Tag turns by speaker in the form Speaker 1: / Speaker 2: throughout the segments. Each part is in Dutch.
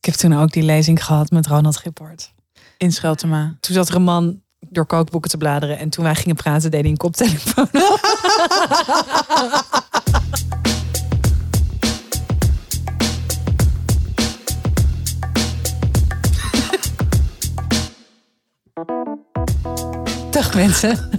Speaker 1: heeft toen ook die lezing gehad met Ronald Gippert in Scheltema. Toen zat er een man door kookboeken te bladeren. En toen wij gingen praten, deed hij een koptelefoon op. Dag mensen.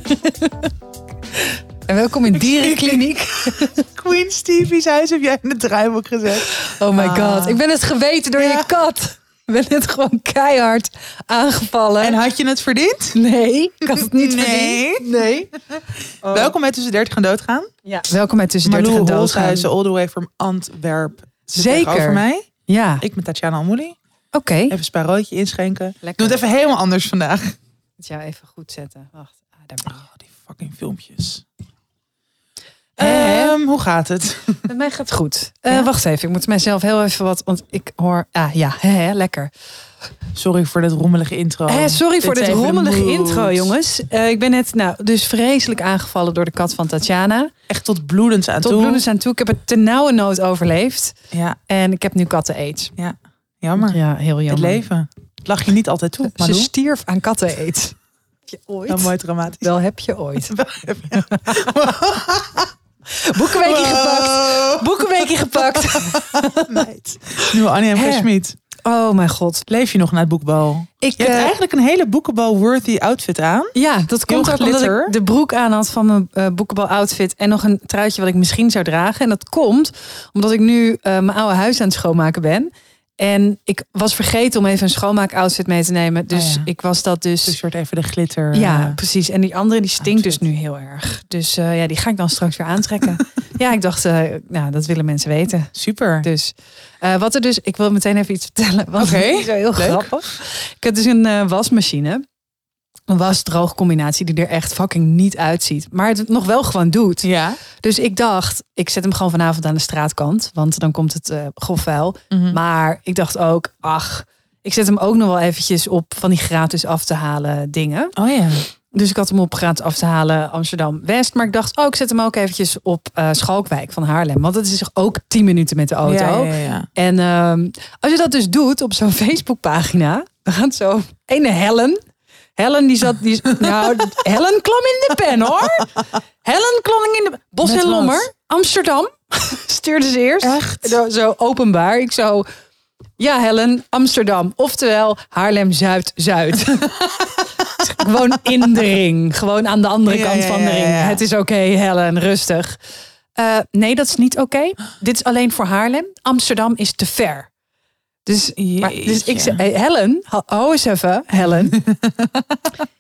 Speaker 1: En welkom in Dierenkliniek.
Speaker 2: Queen Stevie's huis heb jij in het draaiboek gezet.
Speaker 1: Oh my
Speaker 2: Ah.
Speaker 1: god, ik ben het geweten door
Speaker 2: Ja.
Speaker 1: je kat. Ik ben het gewoon keihard aangevallen.
Speaker 2: En had je het verdiend?
Speaker 1: Nee, ik had het niet
Speaker 2: Nee.
Speaker 1: verdiend. Nee. Oh.
Speaker 2: Welkom bij Tussen 30 en Doodgaan.
Speaker 1: Ja. Welkom bij Tussen 30 en
Speaker 2: Marloe
Speaker 1: Doodgaan.
Speaker 2: Holshuizen, all the way from Antwerp. Zit
Speaker 1: Zeker.
Speaker 2: tegenover mij.
Speaker 1: Ja, oké.
Speaker 2: Ik ben Tatjana Almouli. Even een spaarroodje inschenken. Ik doe het even helemaal anders vandaag.
Speaker 1: Het jou even goed zetten. Wacht, ah, daar ben
Speaker 2: Oh, die fucking filmpjes.
Speaker 1: Hè?
Speaker 2: Ehm, hoe gaat het?
Speaker 1: je. Met mij gaat het goed. Eh,
Speaker 2: Ja?
Speaker 1: Wacht even, ik moet mijzelf heel even wat... Want ik hoor... Ah ja, hè, hè, lekker.
Speaker 2: Sorry voor dat rommelige intro.
Speaker 1: Hè, Eh, sorry voor
Speaker 2: dit
Speaker 1: Oh, dit
Speaker 2: even de
Speaker 1: rommelige
Speaker 2: moed.
Speaker 1: intro, jongens. Eh, ik ben net nou, dus vreselijk aangevallen door de kat van Tatjana.
Speaker 2: Echt tot bloedens aan
Speaker 1: Tot
Speaker 2: toe.
Speaker 1: bloedens aan toe. Ik heb het ten nauwe nood overleefd.
Speaker 2: Ja,
Speaker 1: En ik heb nu katten-aids.
Speaker 2: jammer.
Speaker 1: Ja, heel jammer.
Speaker 2: Het leven. Het lag je niet altijd toe,
Speaker 1: Ze
Speaker 2: Marloe.
Speaker 1: stierf aan katten-aids. Heb je ooit?
Speaker 2: Wel mooi dramatisch.
Speaker 1: Wel heb je ooit. Boekenweekje gepakt.
Speaker 2: Wow.
Speaker 1: Boekenweekje gepakt.
Speaker 2: Meid. Nu Annie M.
Speaker 1: Hè?
Speaker 2: G. Schmid.
Speaker 1: Oh mijn god.
Speaker 2: Leef je nog na het boekbal?
Speaker 1: Ik,
Speaker 2: Je hebt
Speaker 1: eh,
Speaker 2: eigenlijk een hele boekenbal-worthy outfit aan.
Speaker 1: ja, dat komt ook omdat
Speaker 2: glitter.
Speaker 1: ik de broek aan had van mijn eh, boekenbal outfit. En nog een truitje wat ik misschien zou dragen. En dat komt omdat ik nu eh, mijn oude huis aan het schoonmaken ben. En ik was vergeten om even een schoonmaak outfit mee te nemen. Dus
Speaker 2: Ah, ja.
Speaker 1: ik was dat
Speaker 2: Dus een
Speaker 1: dus...
Speaker 2: soort even de glitter.
Speaker 1: Ja,
Speaker 2: eh,
Speaker 1: precies. En die andere die stinkt dus
Speaker 2: outfit.
Speaker 1: nu heel erg. Dus eh, ja, die ga ik dan straks weer aantrekken. ja, ik dacht, eh, nou, dat willen mensen weten.
Speaker 2: super.
Speaker 1: Dus eh, wat er dus, ik wil meteen even iets vertellen. Want
Speaker 2: Oké,
Speaker 1: het is wel heel
Speaker 2: leuk.
Speaker 1: grappig. Ik heb dus een eh, wasmachine. Een was-droog combinatie die er echt fucking niet uitziet. Maar het nog wel gewoon doet.
Speaker 2: ja.
Speaker 1: Dus ik dacht, ik zet hem gewoon vanavond aan de straatkant. Want dan komt het eh grof vuil.
Speaker 2: Mhm.
Speaker 1: Maar ik dacht ook, ach, ik zet hem ook nog wel eventjes op van die gratis af te halen dingen.
Speaker 2: Oh ja.
Speaker 1: Dus ik had hem op gratis af te halen Amsterdam-West. Maar ik dacht, oh, ik zet hem ook eventjes op eh, Schalkwijk van Haarlem. Want dat is ook 10 minuten met de auto.
Speaker 2: Ja, ja, ja.
Speaker 1: En ehm, als je dat dus doet op zo'n Facebookpagina, dan gaat zo ene Helen. Helen die zat, die, is- nou, Helen klom in de pen hoor. Helen klom in de Bos
Speaker 2: Met
Speaker 1: en
Speaker 2: wat?
Speaker 1: Lommer, Amsterdam, stuurde ze eerst.
Speaker 2: Echt?
Speaker 1: Zo, zo openbaar. Ik zo, ja Helen, Amsterdam. Oftewel Haarlem-Zuid-Zuid. Gewoon in de ring. Gewoon aan de andere
Speaker 2: Ja,
Speaker 1: kant
Speaker 2: ja,
Speaker 1: van de
Speaker 2: ja,
Speaker 1: ring.
Speaker 2: ja, ja.
Speaker 1: Het is oké, Helen, rustig. Eh, nee, dat is niet oké. Dit is alleen voor Haarlem. Amsterdam is te ver. Dus, maar, dus ik
Speaker 2: Jeetje.
Speaker 1: zei, hey, Helen, ho- hou eens even, Helen.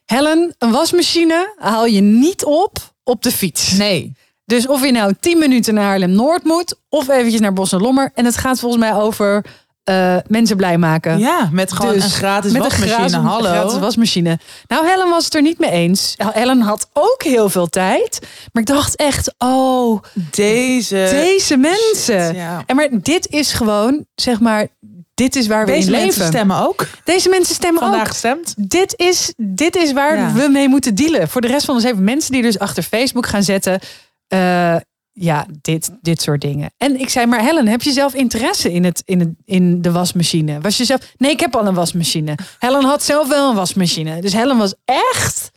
Speaker 1: Helen, een wasmachine haal je niet op op de fiets.
Speaker 2: Nee.
Speaker 1: Dus of je nou 10 minuten naar Haarlem-Noord moet... of eventjes naar Bos en Lommer. En het gaat volgens mij over eh, mensen blij maken.
Speaker 2: Ja, met gewoon
Speaker 1: Dus
Speaker 2: een gratis
Speaker 1: Met een
Speaker 2: wasmachine.
Speaker 1: gratis,
Speaker 2: Hallo.
Speaker 1: gratis wasmachine. Nou, Helen was het er niet mee eens. Helen had ook heel veel tijd. Maar ik dacht echt, oh,
Speaker 2: Deze.
Speaker 1: deze mensen.
Speaker 2: Eh, Ja.
Speaker 1: En maar dit is gewoon, zeg maar, dit is waar we
Speaker 2: Deze
Speaker 1: in leven.
Speaker 2: mensen stemmen ook.
Speaker 1: Deze mensen stemmen
Speaker 2: Vandaag
Speaker 1: ook.
Speaker 2: gestemd.
Speaker 1: Dit is, dit is waar
Speaker 2: Ja.
Speaker 1: we mee moeten dealen. Voor de rest van ons leven. Mensen die dus achter Facebook gaan zetten. eh, ja, dit, dit soort dingen. En ik zei, maar Helen, heb je zelf interesse in, het, in, het, in de wasmachine? Was je zelf... Nee, ik heb al een wasmachine. Helen had zelf wel een wasmachine. Dus Helen was echt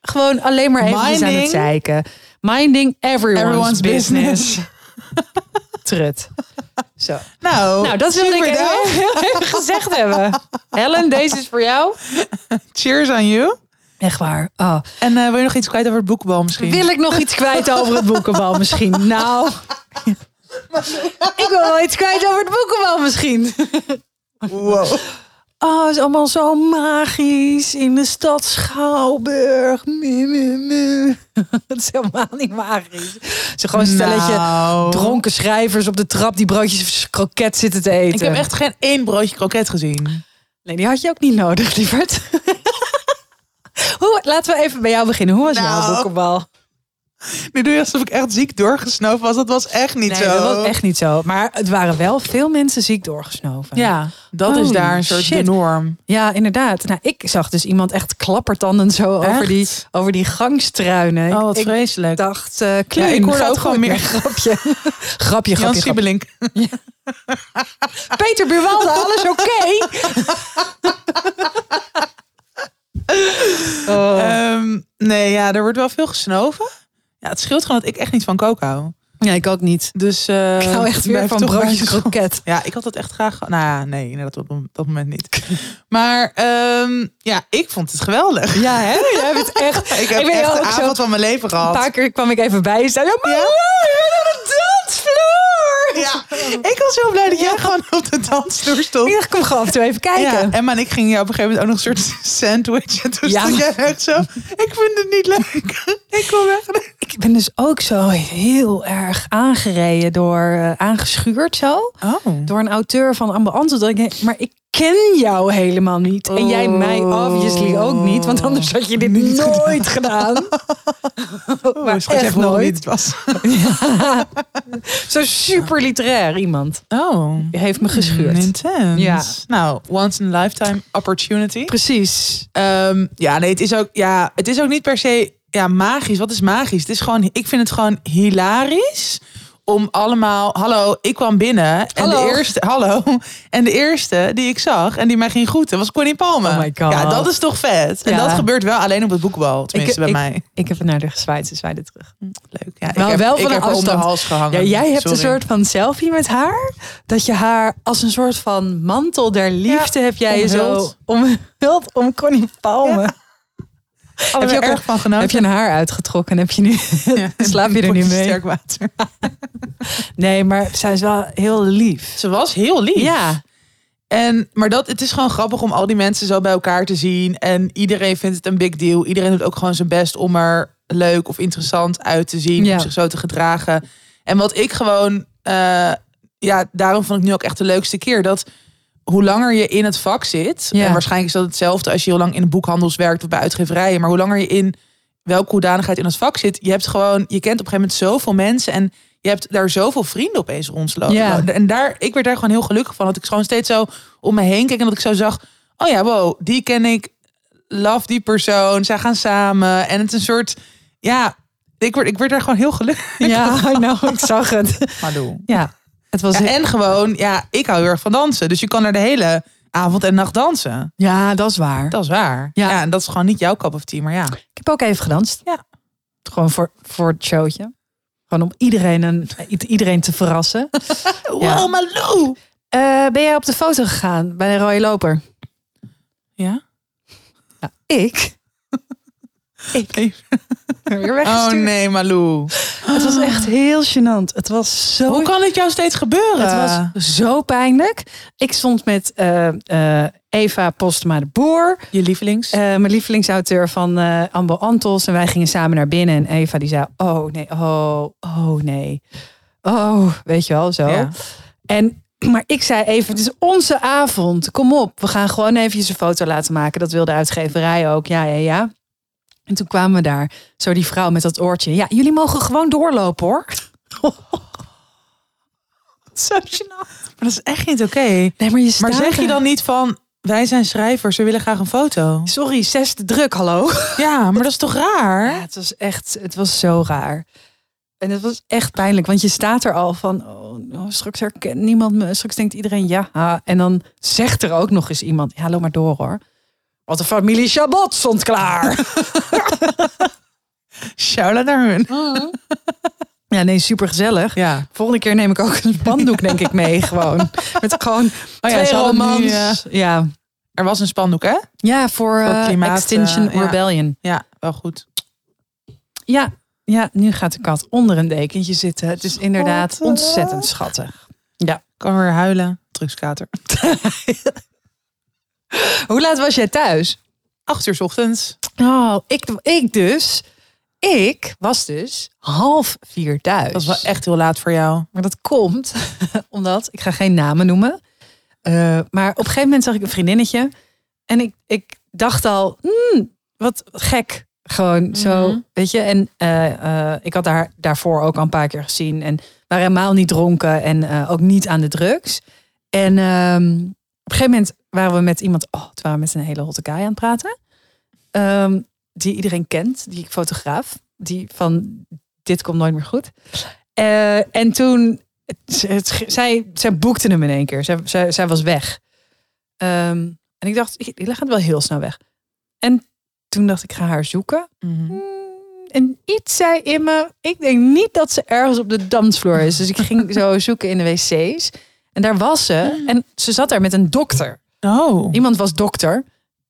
Speaker 1: gewoon alleen maar eventjes aan het
Speaker 2: Minding.
Speaker 1: zeiken. Minding everyone's,
Speaker 2: Everyone's business.
Speaker 1: Trut. Zo.
Speaker 2: Nou,
Speaker 1: Nou, dat wilde ik
Speaker 2: super
Speaker 1: even,
Speaker 2: dope.
Speaker 1: even gezegd hebben. Helen, deze is voor jou.
Speaker 2: Cheers aan you.
Speaker 1: Echt waar. Oh.
Speaker 2: En eh, wil je nog iets kwijt over het boekbal misschien?
Speaker 1: Wil ik nog iets kwijt over het boekenbal misschien? Nou, ik wil wel iets kwijt over het boekenbal misschien.
Speaker 2: Wow.
Speaker 1: Oh, het is allemaal zo magisch in de stad Schouwburg. Mu, mu, mu. Het is helemaal niet magisch. Het is gewoon een stelletje
Speaker 2: Nou.
Speaker 1: dronken schrijvers op de trap die broodjes kroket zitten te eten.
Speaker 2: Ik heb echt geen één broodje kroket gezien.
Speaker 1: Nee, die had je ook niet nodig, lieverd. Hoe, laten we even bij jou beginnen. Hoe was jouw
Speaker 2: Nou,
Speaker 1: boekenbal?
Speaker 2: Nu doe je alsof ik echt ziek doorgesnoven was. Dat was echt niet
Speaker 1: Nee,
Speaker 2: zo.
Speaker 1: dat was echt niet zo. Maar het waren wel veel mensen ziek doorgesnoven.
Speaker 2: Ja, dat is
Speaker 1: Holy
Speaker 2: daar een soort
Speaker 1: shit.
Speaker 2: de norm.
Speaker 1: Ja, inderdaad. Nou, ik zag dus iemand echt klappertandend zo over
Speaker 2: Echt? Oh,
Speaker 1: die, over die gangstruinen. Ik- ik
Speaker 2: vreselijk.
Speaker 1: dacht, eh Kluun,
Speaker 2: ik hoorde
Speaker 1: gaat
Speaker 2: ook gewoon
Speaker 1: goed.
Speaker 2: meer.
Speaker 1: grapje. grapje, grapje,
Speaker 2: Jan
Speaker 1: grapje.
Speaker 2: Siebelink.
Speaker 1: Peter Buwalda, alles oké?
Speaker 2: Oh. Ehm, Nee, ja, er wordt wel veel gesnoven. Ja, het scheelt gewoon dat ik echt niet van koken hou.
Speaker 1: Ja, ik ook niet.
Speaker 2: Dus, eh,
Speaker 1: Ik hou echt weer
Speaker 2: blijf
Speaker 1: van
Speaker 2: toch maar
Speaker 1: broodjes
Speaker 2: schoon.
Speaker 1: kroket.
Speaker 2: Ja, ik had dat echt graag. ge- Nou ja, nee, inderdaad, op op dat moment niet. Maar ehm, ja, ik vond het geweldig.
Speaker 1: Ja, hè? Jij hebt het echt.
Speaker 2: Ik heb
Speaker 1: Ik ben
Speaker 2: echt
Speaker 1: ook
Speaker 2: de
Speaker 1: zo-
Speaker 2: avond van mijn leven
Speaker 1: Een
Speaker 2: gehad.
Speaker 1: paar keer kwam ik even bij en zei... Ja, maar
Speaker 2: Ja?
Speaker 1: je bent op de dansvloer!
Speaker 2: Ja, ik was heel blij dat jij gewoon op de dansvloer stond.
Speaker 1: Ik dacht, kom gewoon af en toe even
Speaker 2: Ja,
Speaker 1: kijken.
Speaker 2: Emma en ik gingen jou op een gegeven moment ook nog een soort sandwich. En toen
Speaker 1: Ja.
Speaker 2: stond jij echt zo, ik vind het niet leuk. Ik wil weg.
Speaker 1: Ik ben dus ook zo heel erg aangereden door... eh, aangeschuurd zo.
Speaker 2: Oh.
Speaker 1: Door een auteur van Ambulance. Dat ik denk, maar ik ken jou helemaal niet. En jij mij
Speaker 2: Oh.
Speaker 1: obviously ook niet. Want anders had je dit
Speaker 2: Niet
Speaker 1: nooit gedaan. maar
Speaker 2: Oh, is gewoon
Speaker 1: echt
Speaker 2: even
Speaker 1: nooit.
Speaker 2: Niet het was.
Speaker 1: Zo super literair iemand.
Speaker 2: Oh.
Speaker 1: Die heeft me geschuurd.
Speaker 2: Intens.
Speaker 1: Ja.
Speaker 2: Nou, once in a lifetime opportunity.
Speaker 1: Precies.
Speaker 2: Ehm, ja, nee, het is ook, ja, het is ook niet per se ja, magisch. Wat is magisch? Het is gewoon, ik vind het gewoon hilarisch om allemaal. Hallo, ik kwam binnen en
Speaker 1: Hallo.
Speaker 2: de eerste, hallo, en de eerste die ik zag en die mij ging groeten was Connie Palme.
Speaker 1: Oh my God.
Speaker 2: Ja, dat is toch vet. En
Speaker 1: Ja.
Speaker 2: dat gebeurt wel alleen op het boekbal, tenminste bij mij.
Speaker 1: Ik heb het naar de gezwaaid zwaaide terug.
Speaker 2: Leuk. Ja,
Speaker 1: Wel-
Speaker 2: ik heb,
Speaker 1: wel
Speaker 2: ik
Speaker 1: van een
Speaker 2: heb haar om de
Speaker 1: afstand.
Speaker 2: hals gehangen.
Speaker 1: Ja, jij hebt een
Speaker 2: Sorry.
Speaker 1: soort van selfie met haar. Dat je haar als een soort van mantel der liefde heb jij je zo
Speaker 2: omhuld.
Speaker 1: omhuld om Connie Palme.
Speaker 2: heb je
Speaker 1: je
Speaker 2: ook
Speaker 1: ook
Speaker 2: erg van genoten?
Speaker 1: oh, Heb je een haar uitgetrokken en heb je nu, slaap je er nu
Speaker 2: Potje
Speaker 1: mee?
Speaker 2: Sterk water.
Speaker 1: Nee, maar zij is wel heel lief.
Speaker 2: Ze was heel lief.
Speaker 1: Ja,
Speaker 2: En, maar dat, het is gewoon grappig om al die mensen zo bij elkaar te zien. En iedereen vindt het een big deal. Iedereen doet ook gewoon zijn best om er leuk of interessant uit te zien.
Speaker 1: Ja.
Speaker 2: Om zich zo te gedragen. En wat ik gewoon... eh, ja, daarom vond ik nu ook echt de leukste keer. Dat hoe langer je in het vak zit...
Speaker 1: Ja.
Speaker 2: En waarschijnlijk is dat hetzelfde als je heel lang in de boekhandels werkt... of bij uitgeverijen. Maar hoe langer je in welke hoedanigheid in het vak zit... je hebt gewoon... Je kent op een gegeven moment zoveel mensen... en je hebt daar zoveel vrienden opeens rondlopen.
Speaker 1: Ja.
Speaker 2: En daar, ik werd daar gewoon heel gelukkig van. Dat ik gewoon steeds zo om me heen keek en dat ik zo zag... oh ja, wow, die ken ik. Love die persoon. Zij gaan samen. En het is een soort... Ja, ik werd, ik werd daar gewoon heel gelukkig
Speaker 1: ja I know, Oh, nou, ik zag het.
Speaker 2: van. Doe.
Speaker 1: Ja, het was...
Speaker 2: Ja, en gewoon, ja, ik hou heel erg van dansen. Dus je kan er de hele avond en nacht dansen.
Speaker 1: ja, dat is waar.
Speaker 2: Dat is waar.
Speaker 1: Ja.
Speaker 2: Ja, en dat is gewoon niet jouw cup of tea, maar ja.
Speaker 1: Ik heb ook even gedanst.
Speaker 2: Ja.
Speaker 1: Gewoon voor, voor het showtje. Gewoon om iedereen, een, iedereen te verrassen.
Speaker 2: Wow, Malou!
Speaker 1: Eh, ben jij op de foto gegaan bij de rode loper?
Speaker 2: Ja?
Speaker 1: Ik?
Speaker 2: Even.
Speaker 1: ben Weer
Speaker 2: Oh
Speaker 1: weggestuurd.
Speaker 2: nee, Malou.
Speaker 1: Het was echt heel gênant. Het was zo
Speaker 2: Hoe kan het jou steeds gebeuren?
Speaker 1: Het was zo pijnlijk. Ik stond met eh, eh, Eva Postma de Boer,
Speaker 2: je lievelings.
Speaker 1: eh, mijn lievelingsauteur van eh Ambo Antos. En wij gingen samen naar binnen. En Eva die zei, oh nee, oh, oh nee. Oh, weet je wel, zo.
Speaker 2: Ja.
Speaker 1: En, maar ik zei even, het is onze avond. Kom op, we gaan gewoon eventjes een foto laten maken. Dat wilde de uitgeverij ook. Ja, ja, ja. En toen kwamen we daar, zo die vrouw met dat oortje. Ja, jullie mogen gewoon doorlopen hoor. Zo gênant.
Speaker 2: Maar dat is echt niet oké.
Speaker 1: Nee, maar je staat
Speaker 2: Maar zeg je
Speaker 1: er.
Speaker 2: dan niet van, wij zijn schrijvers, we willen graag een foto.
Speaker 1: Sorry, zesde druk, hallo.
Speaker 2: Ja, maar dat is toch
Speaker 1: Ja,
Speaker 2: raar?
Speaker 1: het was echt, het was zo raar. En het was echt pijnlijk, want je staat er al van, oh, oh, straks herkent niemand me, straks denkt iedereen ja. ha. En dan zegt er ook nog eens iemand, ja, loop maar door hoor. Want de familie Chabot stond klaar.
Speaker 2: Shout-out naar hun.
Speaker 1: ja, nee, supergezellig.
Speaker 2: Ja.
Speaker 1: Volgende keer neem ik ook een spandoek, denk ik, mee gewoon. Met gewoon
Speaker 2: Oh ja,
Speaker 1: twee
Speaker 2: ze hadden nu,
Speaker 1: romans.
Speaker 2: eh,
Speaker 1: ja.
Speaker 2: Er was een spandoek, hè?
Speaker 1: ja, voor
Speaker 2: Voor
Speaker 1: eh,
Speaker 2: klimaat,
Speaker 1: Extinction
Speaker 2: eh, ja.
Speaker 1: Rebellion.
Speaker 2: Ja, wel goed.
Speaker 1: Ja, ja, nu gaat de kat onder een dekentje zitten. Het is inderdaad
Speaker 2: Schattig.
Speaker 1: ontzettend schattig.
Speaker 2: Kan weer huilen. Drugskater.
Speaker 1: Hoe laat was jij thuis?
Speaker 2: Acht uur 's ochtends.
Speaker 1: Oh, ik, ik dus. Ik was dus half vier thuis.
Speaker 2: Dat is wel echt heel laat voor jou.
Speaker 1: Maar dat komt omdat, ik ga geen namen noemen. eh, maar op een gegeven moment zag ik een vriendinnetje. En ik, ik dacht al, hmm, wat gek. Gewoon
Speaker 2: Mhm.
Speaker 1: zo, weet je. En eh, eh, ik had haar daarvoor ook al een paar keer gezien. En waren helemaal niet dronken en eh, ook niet aan de drugs. En ehm, op een gegeven moment waren we met iemand, oh, het waren we met een hele hotte guy aan het praten. Ehm, die iedereen kent, die ik fotograaf. Die van, dit komt nooit meer goed. Eh, en toen, het, het- zij, zij boekte hem in één keer. Zij, zij, zij was weg. Ehm, en ik dacht, die gaat wel heel snel weg. En toen dacht ik, ik ga haar zoeken.
Speaker 2: Mhm.
Speaker 1: Mm, En iets zei in me, ik denk niet dat ze ergens op de dansvloer is. Dus ik ging zo zoeken in de wc's. En daar was ze. En ze zat daar met een dokter.
Speaker 2: Oh.
Speaker 1: Iemand was dokter.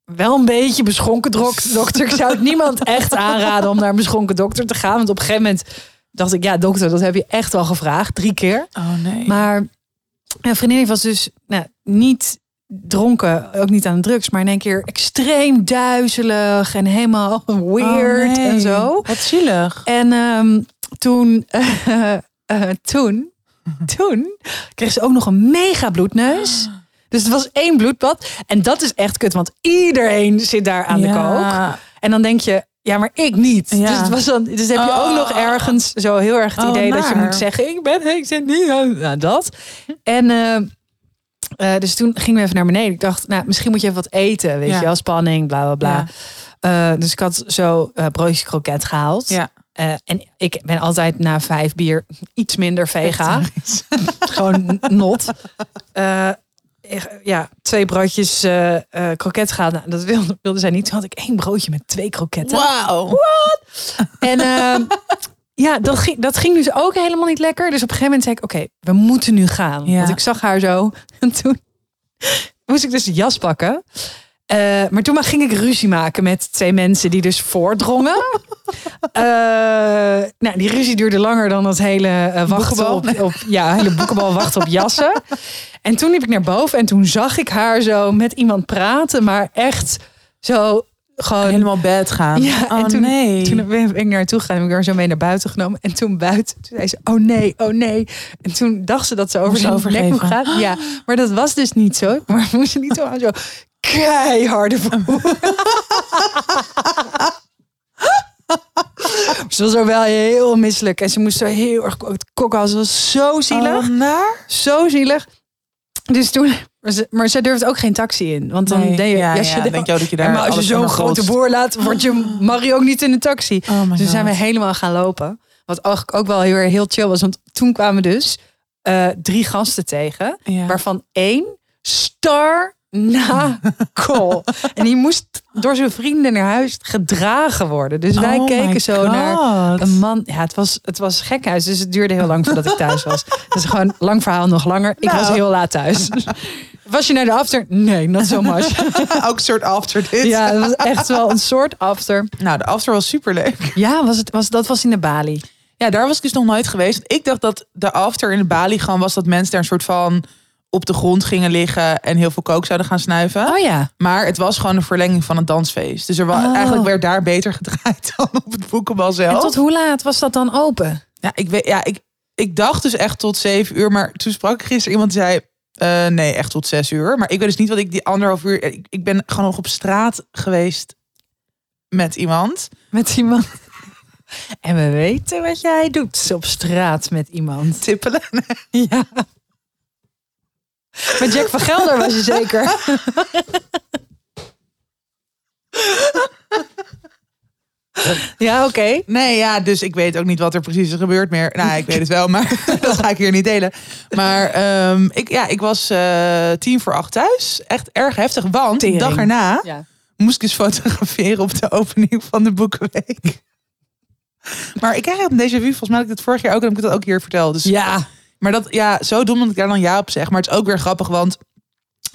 Speaker 1: Wel een beetje beschonken drok- dokter. Ik zou het niemand echt aanraden om naar een beschonken dokter te gaan. Want op een gegeven moment dacht ik, ja dokter, dat heb je echt al gevraagd. Drie keer.
Speaker 2: Oh nee.
Speaker 1: Maar mijn vriendin was dus nou, niet dronken, ook niet aan de drugs. Maar in één keer extreem duizelig en helemaal weird
Speaker 2: Oh, nee.
Speaker 1: en zo.
Speaker 2: Wat zielig.
Speaker 1: En ehm, toen, eh, eh, toen, toen kreeg ze ook nog een mega bloedneus.
Speaker 2: Ah.
Speaker 1: Dus het was één bloedbad. En dat is echt kut, want iedereen zit daar aan de kook.
Speaker 2: Ja.
Speaker 1: En dan denk je, ja, maar ik niet.
Speaker 2: Ja.
Speaker 1: Dus, het was dan, dus heb je
Speaker 2: Oh.
Speaker 1: ook nog ergens zo heel erg het
Speaker 2: Oh,
Speaker 1: idee dat je
Speaker 2: naar.
Speaker 1: moet zeggen... ik ben, ik zit niet aan nou, dat. En eh, eh, dus toen gingen we even naar beneden. Ik dacht, nou, misschien moet je even wat eten, weet
Speaker 2: Ja.
Speaker 1: je wel. Spanning, bla, bla, bla.
Speaker 2: Ja.
Speaker 1: Eh, dus ik had zo eh broodjes kroket gehaald.
Speaker 2: Ja.
Speaker 1: Eh, en ik ben altijd na vijf bier iets minder vega.
Speaker 2: Vegetarisch.
Speaker 1: Gewoon not. Eh, ik- ja, twee broodjes eh eh kroket gehaald. Nou, dat wilde, wilde zij niet. Toen had ik één broodje met twee kroketten.
Speaker 2: Wauw.
Speaker 1: En ehm, ja, dat ging, dat ging dus ook helemaal niet lekker. Dus op een gegeven moment zei ik, oké, we moeten nu gaan.
Speaker 2: Ja.
Speaker 1: Want ik zag haar zo. En toen moest ik dus de jas pakken. Eh, maar toen maar ging ik ruzie maken met twee mensen die dus voordrongen. Eh, nou, die ruzie duurde langer dan dat hele eh, wachten op,
Speaker 2: Boekenbal.
Speaker 1: op... Ja, hele boekenbal wachten op jassen. En toen liep ik naar boven en toen zag ik haar zo met iemand praten. Maar echt zo gewoon
Speaker 2: Helemaal bed gaan.
Speaker 1: ja,
Speaker 2: oh
Speaker 1: en toen,
Speaker 2: nee.
Speaker 1: toen ben ik naartoe gegaan en heb ik haar zo mee naar buiten genomen. En toen buiten, toen zei ze, oh nee, oh nee. En toen dacht ze dat ze over
Speaker 2: Moest
Speaker 1: zijn nek
Speaker 2: overgeven.
Speaker 1: moest gaan. Ja, maar dat was dus niet zo. Maar moest ze niet zo aan zo keiharde voer. Ze was ook wel heel misselijk. En ze moest zo heel erg ko- kokken. Ze was zo zielig.
Speaker 2: Oh, naar?
Speaker 1: Zo zielig. Dus toen... Maar ze, maar ze durfde ook geen taxi in. Want dan
Speaker 2: Nee.
Speaker 1: deed je...
Speaker 2: ja,
Speaker 1: als je
Speaker 2: ja,
Speaker 1: de-
Speaker 2: denk je ook dat je
Speaker 1: ja,
Speaker 2: daar
Speaker 1: maar als je
Speaker 2: alles van
Speaker 1: zo'n
Speaker 2: hebt
Speaker 1: grote
Speaker 2: gelost.
Speaker 1: boer laat, word je, mag je ook niet in de taxi.
Speaker 2: Oh my
Speaker 1: Dus toen zijn we
Speaker 2: God.
Speaker 1: helemaal gaan lopen. Wat eigenlijk ook wel heel, erg heel chill was. Want toen kwamen dus eh, drie gasten tegen.
Speaker 2: Ja.
Speaker 1: Waarvan één star na kool. en die moest door zijn vrienden naar huis gedragen worden. Dus wij
Speaker 2: Oh my
Speaker 1: keken zo
Speaker 2: God.
Speaker 1: naar een man. Ja, het was, het was gekhuis. Dus het duurde heel lang voordat ik thuis was. Dat is gewoon lang verhaal, nog langer. Ik was
Speaker 2: Nou.
Speaker 1: heel laat thuis. Was je naar de after? Nee, not so much.
Speaker 2: ook een soort after dit.
Speaker 1: Ja, dat was echt wel een soort after.
Speaker 2: Nou, de after was superleuk.
Speaker 1: Ja, was het, was, dat was in de Bali.
Speaker 2: Ja, daar was ik dus nog nooit geweest. Ik dacht dat de after in de Bali gewoon was dat mensen daar een soort van op de grond gingen liggen en heel veel kook zouden gaan snuiven.
Speaker 1: Oh ja.
Speaker 2: Maar het was gewoon een verlenging van het dansfeest. Dus er wa-
Speaker 1: Oh.
Speaker 2: eigenlijk werd daar beter gedraaid dan op het boekenbal zelf.
Speaker 1: En tot hoe laat was dat dan open?
Speaker 2: Ja, ik, weet, ja ik, ik dacht dus echt tot zeven uur. Maar toen sprak ik gisteren iemand die zei... eh, nee, echt tot zes uur. Maar ik weet dus niet wat ik die anderhalf uur... Ik, ik ben gewoon nog op straat geweest met iemand.
Speaker 1: Met iemand. En we weten wat jij doet op straat met iemand.
Speaker 2: Tippelen.
Speaker 1: Ja. Met Jack van Gelder was je zeker. Ja, oké.
Speaker 2: Nee, ja, dus ik weet ook niet wat er precies is gebeurd meer. Nou, ik weet het wel, maar dat ga ik hier niet delen. Maar ehm, ik, ja, ik was eh, tien voor acht thuis. Echt erg heftig, want
Speaker 1: Tering.
Speaker 2: de dag erna...
Speaker 1: Ja.
Speaker 2: moest ik dus fotograferen op de opening van de boekenweek. Maar ik krijg echt een déjà vu. Volgens mij had ik dat vorig jaar ook en heb ik dat ook hier verteld. Dus,
Speaker 1: Ja.
Speaker 2: Maar dat, ja, zo dom dat ik daar dan ja op zeg. Maar het is ook weer grappig, want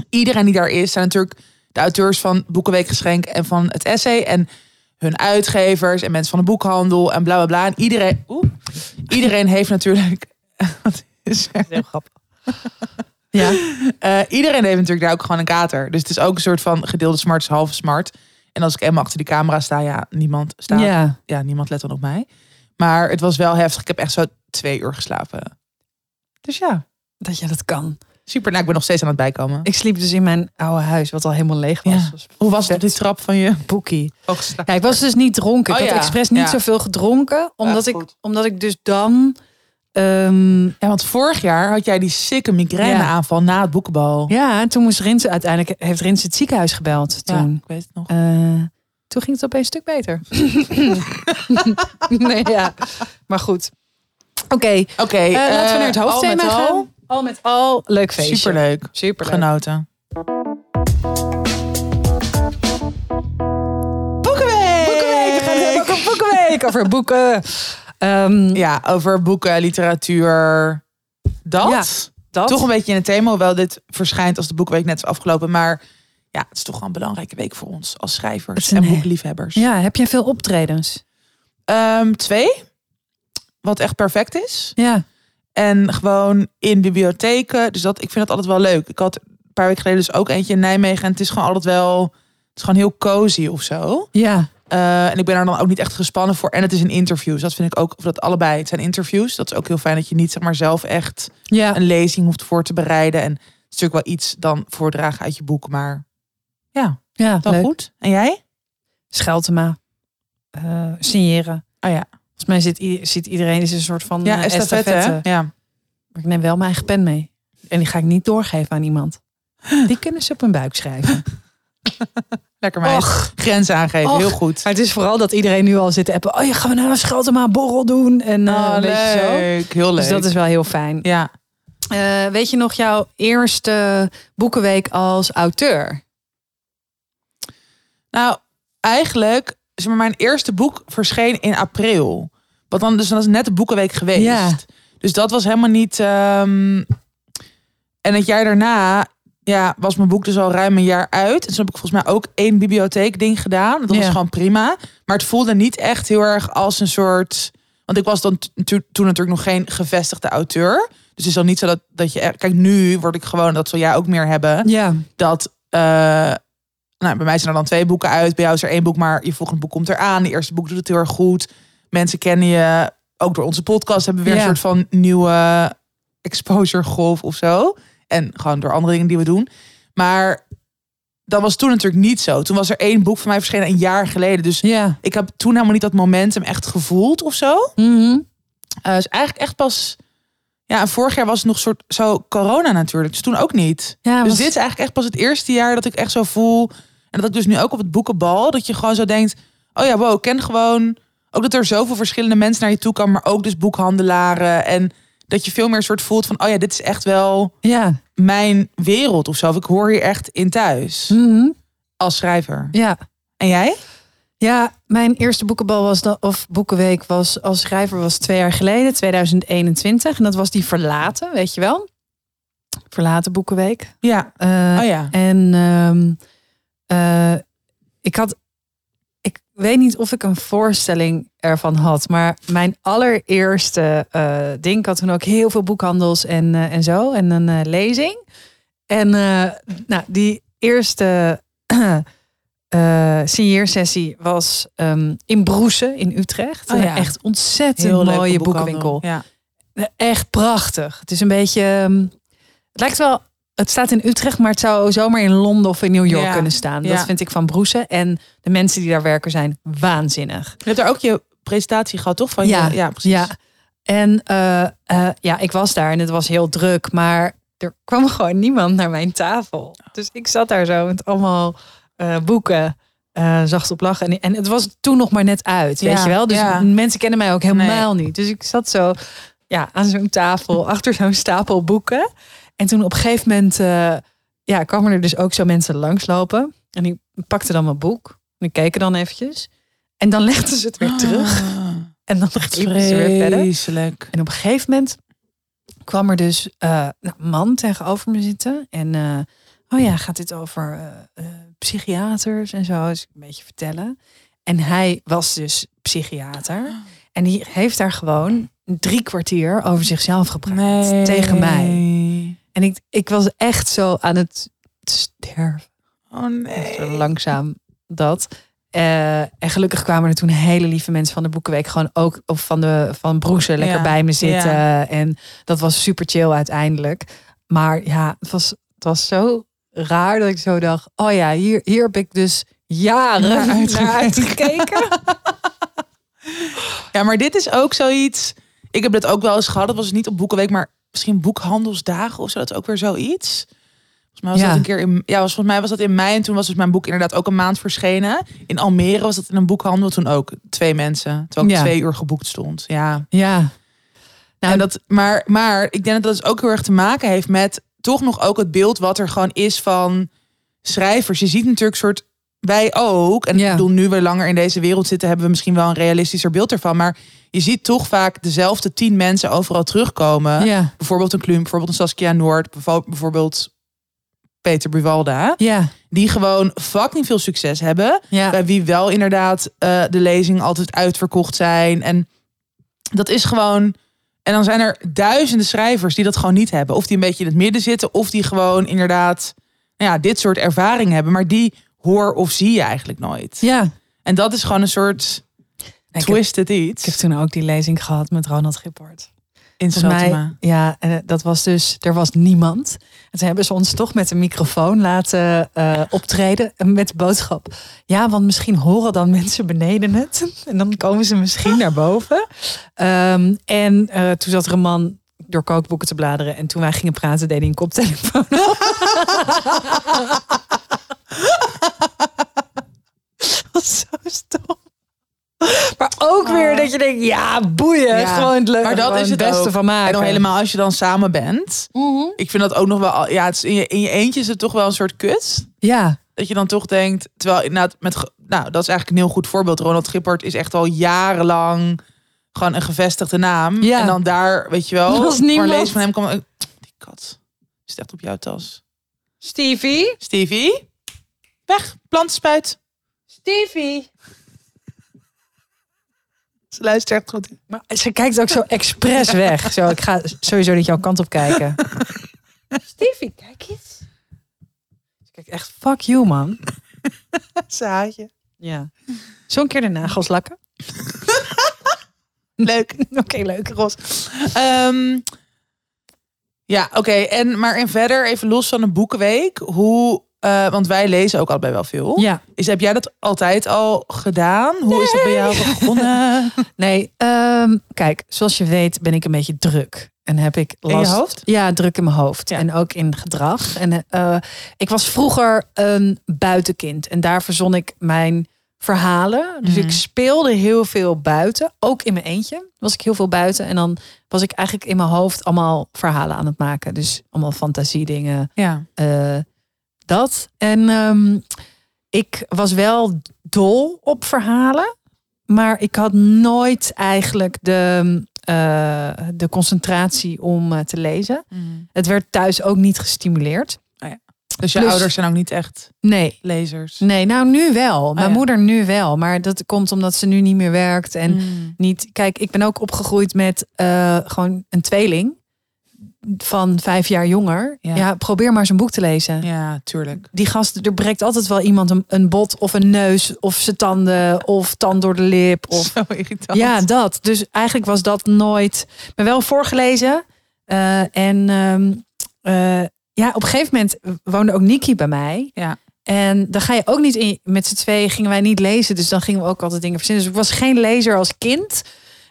Speaker 2: iedereen die daar is... zijn natuurlijk de auteurs van Boekenweekgeschenk en van het essay... en hun uitgevers en mensen van de boekhandel en bla bla bla. En iedereen, oeh, iedereen heeft natuurlijk... Wat is er?
Speaker 1: Heel grappig. Ja.
Speaker 2: Eh, iedereen heeft natuurlijk daar ook gewoon een kater. Dus het is ook een soort van gedeelde smart is halve smart. En als ik Emma achter die camera sta, ja, niemand staat. Ja,
Speaker 1: ja.
Speaker 2: niemand let dan op mij. Maar het was wel heftig. Ik heb echt zo twee uur geslapen. Dus ja,
Speaker 1: Dat je dat kan.
Speaker 2: super. Nou, ik ben nog steeds aan het bijkomen.
Speaker 1: Ik sliep dus in mijn oude huis, wat al helemaal leeg was. Dus
Speaker 2: Ja. Hoe was het op die trap van je
Speaker 1: Boekie.
Speaker 2: oogst?
Speaker 1: Ja, ik was dus niet dronken. Ik
Speaker 2: Oh
Speaker 1: had
Speaker 2: ja,
Speaker 1: expres niet
Speaker 2: ja.
Speaker 1: zoveel gedronken. Omdat, ik,
Speaker 2: goed.
Speaker 1: omdat ik dus dan... ehm,
Speaker 2: Ja, want vorig jaar had jij die sikke migraineaanval na het boekenbal.
Speaker 1: ja, toen moest Rins... Uiteindelijk heeft Rins het ziekenhuis gebeld
Speaker 2: Ja,
Speaker 1: toen.
Speaker 2: ik weet het nog.
Speaker 1: Eh, toen ging het opeens een stuk beter. nee, ja. Maar goed. Oké,
Speaker 2: Oké,
Speaker 1: eh, laten we
Speaker 2: eh,
Speaker 1: naar het
Speaker 2: al
Speaker 1: hoofdthema
Speaker 2: met al,
Speaker 1: gaan. Al met al, leuk feestje.
Speaker 2: Superleuk.
Speaker 1: Superleuk.
Speaker 2: Genoten. Boekenweek!
Speaker 1: week over boeken. Ehm,
Speaker 2: Ja, over boeken, literatuur. Dat.
Speaker 1: dat.
Speaker 2: Toch een beetje in het thema, hoewel dit verschijnt als de boekenweek net is afgelopen. Maar ja, het is toch wel een belangrijke week voor ons als
Speaker 1: Het
Speaker 2: schrijvers
Speaker 1: is een
Speaker 2: en
Speaker 1: he-
Speaker 2: boekliefhebbers.
Speaker 1: Ja, heb jij veel optredens?
Speaker 2: Ehm, twee, wat echt perfect is.
Speaker 1: Ja.
Speaker 2: En gewoon in bibliotheken. Dus dat, ik vind dat altijd wel leuk. Ik had een paar weken geleden dus ook eentje in Nijmegen. En het is gewoon altijd wel, het is gewoon heel cozy of zo.
Speaker 1: Ja.
Speaker 2: Eh, en ik ben er dan ook niet echt gespannen voor. En het is een interview. Dus dat vind ik ook, of dat allebei, het zijn interviews. Dat is ook heel fijn dat je niet zeg maar, zelf echt
Speaker 1: Ja.
Speaker 2: een lezing hoeft voor te bereiden. En het is natuurlijk wel iets dan voordragen uit je boek. Maar
Speaker 1: Ja,
Speaker 2: dan
Speaker 1: leuk.
Speaker 2: goed. En jij?
Speaker 1: Scheltema. Eh, signeren.
Speaker 2: Oh ja.
Speaker 1: Volgens mij zit, i- zit iedereen is een soort van
Speaker 2: Ja,
Speaker 1: eh,
Speaker 2: estafette. hè? Ja.
Speaker 1: Maar ik neem wel mijn eigen pen mee. En die ga ik niet doorgeven aan iemand. Die kunnen ze op hun buik schrijven.
Speaker 2: Lekker meid.
Speaker 1: Och.
Speaker 2: Grenzen aangeven.
Speaker 1: Och.
Speaker 2: Heel goed.
Speaker 1: Maar het is vooral dat iedereen nu al zit te appen. Oh ja, gaan we nou een Scheltema een borrel doen? En eh,
Speaker 2: Oh,
Speaker 1: een beetje zo.
Speaker 2: leuk. Heel leuk.
Speaker 1: Dus dat is wel heel fijn.
Speaker 2: Ja.
Speaker 1: Eh, weet je nog jouw eerste boekenweek als auteur?
Speaker 2: Nou, eigenlijk, zeg maar, mijn eerste boek verscheen in april. Want dan, dus dan is het net de boekenweek geweest.
Speaker 1: Ja.
Speaker 2: Dus dat was helemaal niet. ehm, En het jaar daarna, ja, was mijn boek dus al ruim een jaar uit. En toen heb ik volgens mij ook één bibliotheekding gedaan. Dat was
Speaker 1: Ja.
Speaker 2: gewoon prima. Maar het voelde niet echt heel erg als een soort. Want ik was dan t- tu- toen natuurlijk nog geen gevestigde auteur. Dus het is dan niet zo dat, dat je. er- Kijk, nu word ik gewoon, dat zal jij ook meer hebben
Speaker 1: Ja.
Speaker 2: dat. eh, nou, bij mij zijn er dan twee boeken uit. Bij jou is er één boek, maar je volgende boek komt eraan. De eerste boek doet het heel erg goed. Mensen kennen je. Ook door onze podcast hebben we weer
Speaker 1: Ja.
Speaker 2: een soort van nieuwe exposure golf of zo. En gewoon door andere dingen die we doen. Maar dat was toen natuurlijk niet zo. Toen was er één boek van mij verschenen een jaar geleden. Dus
Speaker 1: Ja.
Speaker 2: ik heb toen helemaal niet dat momentum echt gevoeld of zo.
Speaker 1: Mhm.
Speaker 2: Eh dus eigenlijk echt pas... Ja, en vorig jaar was het nog soort zo corona natuurlijk. Dus toen ook niet.
Speaker 1: ja
Speaker 2: Dus
Speaker 1: was-
Speaker 2: dit is eigenlijk echt pas het eerste jaar dat ik echt zo voel. En dat ik dus nu ook op het boekenbal. Dat je gewoon zo denkt. Oh ja, wow, ik ken gewoon. Ook dat er zoveel verschillende mensen naar je toe komen. Maar ook dus boekhandelaren. En dat je veel meer een soort voelt van. Oh ja, dit is echt wel
Speaker 1: Ja.
Speaker 2: mijn wereld of zo. Of ik hoor hier echt in thuis.
Speaker 1: Mhm.
Speaker 2: Als schrijver.
Speaker 1: ja.
Speaker 2: En jij?
Speaker 1: Ja, mijn eerste boekenbal was dat, of boekenweek was als schrijver was twee jaar geleden, 2021. En dat was die verlaten, weet je wel. Verlaten boekenweek.
Speaker 2: Ja.
Speaker 1: Eh,
Speaker 2: Oh ja.
Speaker 1: En ehm, eh, ik had, ik weet niet of ik een voorstelling ervan had, maar mijn allereerste eh, ding, ik had toen ook heel veel boekhandels en, eh, en zo en een eh, lezing. En eh, nou, die eerste eh signeersessie was ehm, in Broesen in Utrecht.
Speaker 2: Oh ja.
Speaker 1: Echt ontzettend mooie
Speaker 2: leuke
Speaker 1: boekenwinkel.
Speaker 2: Ja.
Speaker 1: Echt prachtig. Het is een beetje. ehm, het lijkt wel. Het staat in Utrecht, maar het zou zomaar in Londen of in New York
Speaker 2: Ja,
Speaker 1: kunnen staan. Dat
Speaker 2: ja.
Speaker 1: vind ik van Broesen. En de mensen die daar werken zijn waanzinnig.
Speaker 2: Je hebt daar ook je presentatie gehad, toch? Van
Speaker 1: Ja.
Speaker 2: Je, ja, precies.
Speaker 1: Ja. En eh, eh, ja, ik was daar en het was heel druk, maar er kwam gewoon niemand naar mijn tafel. Dus ik zat daar zo met allemaal eh, boeken. eh, zacht op lachen. En, en het was toen nog maar net uit, weet
Speaker 2: Ja,
Speaker 1: je wel? Dus
Speaker 2: ja.
Speaker 1: mensen kennen mij ook helemaal niet. Dus ik zat zo ja, aan zo'n tafel, achter zo'n stapel boeken. En toen op een gegeven moment eh, ja, kwamen er dus ook zo mensen langslopen. En die pakten dan mijn boek. En die keken dan eventjes. En dan legden ze het weer terug.
Speaker 2: Ah,
Speaker 1: En dan liepen ze weer verder.
Speaker 2: Vreselijk.
Speaker 1: En op een gegeven moment kwam er dus eh, nou, een man tegenover me zitten. En eh, oh ja, gaat dit over eh, eh, psychiaters en zo? Dus een beetje vertellen. En hij was dus psychiater. En die heeft daar gewoon drie kwartier over zichzelf gepraat.
Speaker 2: Nee.
Speaker 1: tegen mij. En ik, ik was echt zo aan het sterven.
Speaker 2: Oh nee.
Speaker 1: Zo langzaam dat. Eh, en gelukkig kwamen er toen hele lieve mensen van de Boekenweek gewoon ook of van, de, van Broesen lekker
Speaker 2: Ja,
Speaker 1: bij me zitten. En dat was super chill uiteindelijk. Maar ja, het was, het was zo raar dat ik zo dacht: oh ja, hier, hier heb ik dus
Speaker 2: Naar
Speaker 1: jaren
Speaker 2: uitgekeken.
Speaker 1: naar uitgekeken.
Speaker 2: Ja, maar dit is ook zoiets. Ik heb dat ook wel eens gehad. Dat was dus niet op boekenweek, maar misschien boekhandelsdagen of zo. Dat is ook weer zoiets. Volgens mij was
Speaker 1: Ja.
Speaker 2: dat een keer in. Ja, was, volgens mij was dat in mei. En toen was dus mijn boek inderdaad ook een maand verschenen. In Almere was dat in een boekhandel toen ook twee mensen. Terwijl ik
Speaker 1: Ja.
Speaker 2: twee uur geboekt stond. Ja.
Speaker 1: ja. Nou,
Speaker 2: en dat, maar, maar ik denk dat dat dus ook heel erg te maken heeft met toch nog ook het beeld wat er gewoon is van schrijvers. Je ziet natuurlijk soort wij ook, en
Speaker 1: Ja.
Speaker 2: ik bedoel, nu we langer in deze wereld zitten, hebben we misschien wel een realistischer beeld ervan. Maar je ziet toch vaak dezelfde tien mensen overal terugkomen.
Speaker 1: Ja,
Speaker 2: Bijvoorbeeld een Klum, bijvoorbeeld een Saskia Noord, bijvo- bijvoorbeeld Peter Buwalda.
Speaker 1: ja,
Speaker 2: Die gewoon fucking veel succes hebben.
Speaker 1: ja.
Speaker 2: Bij Eh, wie wel inderdaad eh, de lezingen altijd uitverkocht zijn. En dat is gewoon. En dan zijn er duizenden schrijvers die dat gewoon niet hebben. Of die een beetje in het midden zitten. Of die gewoon inderdaad nou ja, dit soort ervaring hebben. Maar die hoor of zie je eigenlijk nooit.
Speaker 1: ja.
Speaker 2: En dat is gewoon een soort
Speaker 1: heb-
Speaker 2: twisted iets.
Speaker 1: Ik heb toen ook die lezing gehad met Ronald Gippard.
Speaker 2: in
Speaker 1: Volgens mij,
Speaker 2: Sotema.
Speaker 1: ja, en eh, dat was dus, er was niemand. En toen hebben ze ons toch met een microfoon laten eh, optreden en met de boodschap. Ja, want misschien horen dan mensen beneden het. En dan komen ze misschien naar boven. Ehm, en eh, toen zat er een man door kookboeken te bladeren. En toen wij gingen praten, deed hij een koptelefoon op. Dat was zo stom. Maar ook weer dat je denkt, Ah. ja, boeien.
Speaker 2: Ja,
Speaker 1: Gewoon het leuke.
Speaker 2: maar dat
Speaker 1: gewoon
Speaker 2: is het
Speaker 1: beste
Speaker 2: ook.
Speaker 1: van maken.
Speaker 2: En dan helemaal als je dan samen bent.
Speaker 1: Mhm.
Speaker 2: Ik vind dat ook nog wel. al- Ja, het is in, je, in je eentje is het toch wel een soort kut.
Speaker 1: Ja,
Speaker 2: dat je dan toch denkt, terwijl inderdaad met, ge- nou dat is eigenlijk een heel goed voorbeeld. Ronald Gippert is echt al jarenlang gewoon een gevestigde naam.
Speaker 1: Ja.
Speaker 2: En dan daar, weet je
Speaker 1: Er
Speaker 2: wel,
Speaker 1: was
Speaker 2: maar
Speaker 1: niemand.
Speaker 2: lees van hem komt, die kat zit echt op jouw tas.
Speaker 3: Stevie?
Speaker 2: Stevie, weg, plantenspuit.
Speaker 3: Stevie?
Speaker 2: Ze luistert echt goed.
Speaker 1: maar ze kijkt ook zo expres weg. Zo, ik ga sowieso niet jouw kant op kijken.
Speaker 3: Stevie, é kijk eens.
Speaker 1: Ze kijkt echt, fuck you man.
Speaker 2: Ze haat je.
Speaker 1: Ja. Zo'n keer de nagels lakken.
Speaker 2: Leuk.
Speaker 1: Oké, leuk.
Speaker 2: Ros. Ehm, ja, oké. En maar en verder, even los van een boekenweek, hoe, eh, want wij lezen ook allebei wel veel.
Speaker 1: Ja.
Speaker 2: Is, heb jij dat altijd al gedaan? Hoe is dat bij jou begonnen?
Speaker 1: Nee, ehm, kijk, zoals je weet ben ik een beetje druk. En heb ik last...
Speaker 2: In je hoofd?
Speaker 1: Ja, druk in mijn hoofd.
Speaker 2: Ja.
Speaker 1: En ook in gedrag. En eh, ik was vroeger een buitenkind. En daar verzon ik mijn verhalen. Dus
Speaker 2: Mhm.
Speaker 1: ik speelde heel veel buiten. Ook in mijn eentje was ik heel veel buiten. En dan was ik eigenlijk in mijn hoofd allemaal verhalen aan het maken. Dus allemaal fantasiedingen.
Speaker 2: Ja.
Speaker 1: Eh, dat. En ehm, ik was wel dol op verhalen. Maar ik had nooit eigenlijk de, eh, de concentratie om eh, te lezen.
Speaker 2: Hm. Mm.
Speaker 1: Het werd thuis ook niet gestimuleerd.
Speaker 2: Dus je
Speaker 1: Plus-
Speaker 2: ouders zijn ook niet echt
Speaker 1: Nee.
Speaker 2: lezers.
Speaker 1: Nee, nou nu wel. Mijn
Speaker 2: Oh, ja.
Speaker 1: moeder nu wel. Maar dat komt omdat ze nu niet meer werkt. En
Speaker 2: Mm.
Speaker 1: niet. Kijk, ik ben ook opgegroeid met eh, gewoon een tweeling van vijf jaar jonger.
Speaker 2: Ja.
Speaker 1: ja probeer maar zijn boek te lezen.
Speaker 2: Ja, tuurlijk.
Speaker 1: die gast, er breekt altijd wel iemand een, een bot of een neus of zijn tanden of tand door de lip. Of,
Speaker 2: Zo irritant.
Speaker 1: ja, dat. Dus eigenlijk was dat nooit. Maar wel voorgelezen. Eh, en ehm, eh, ja, op een gegeven moment woonde ook Niki bij mij.
Speaker 2: Ja.
Speaker 1: En dan ga je ook niet in. Met z'n tweeën gingen wij niet lezen. Dus dan gingen we ook altijd dingen verzinnen. Dus ik was geen lezer als kind.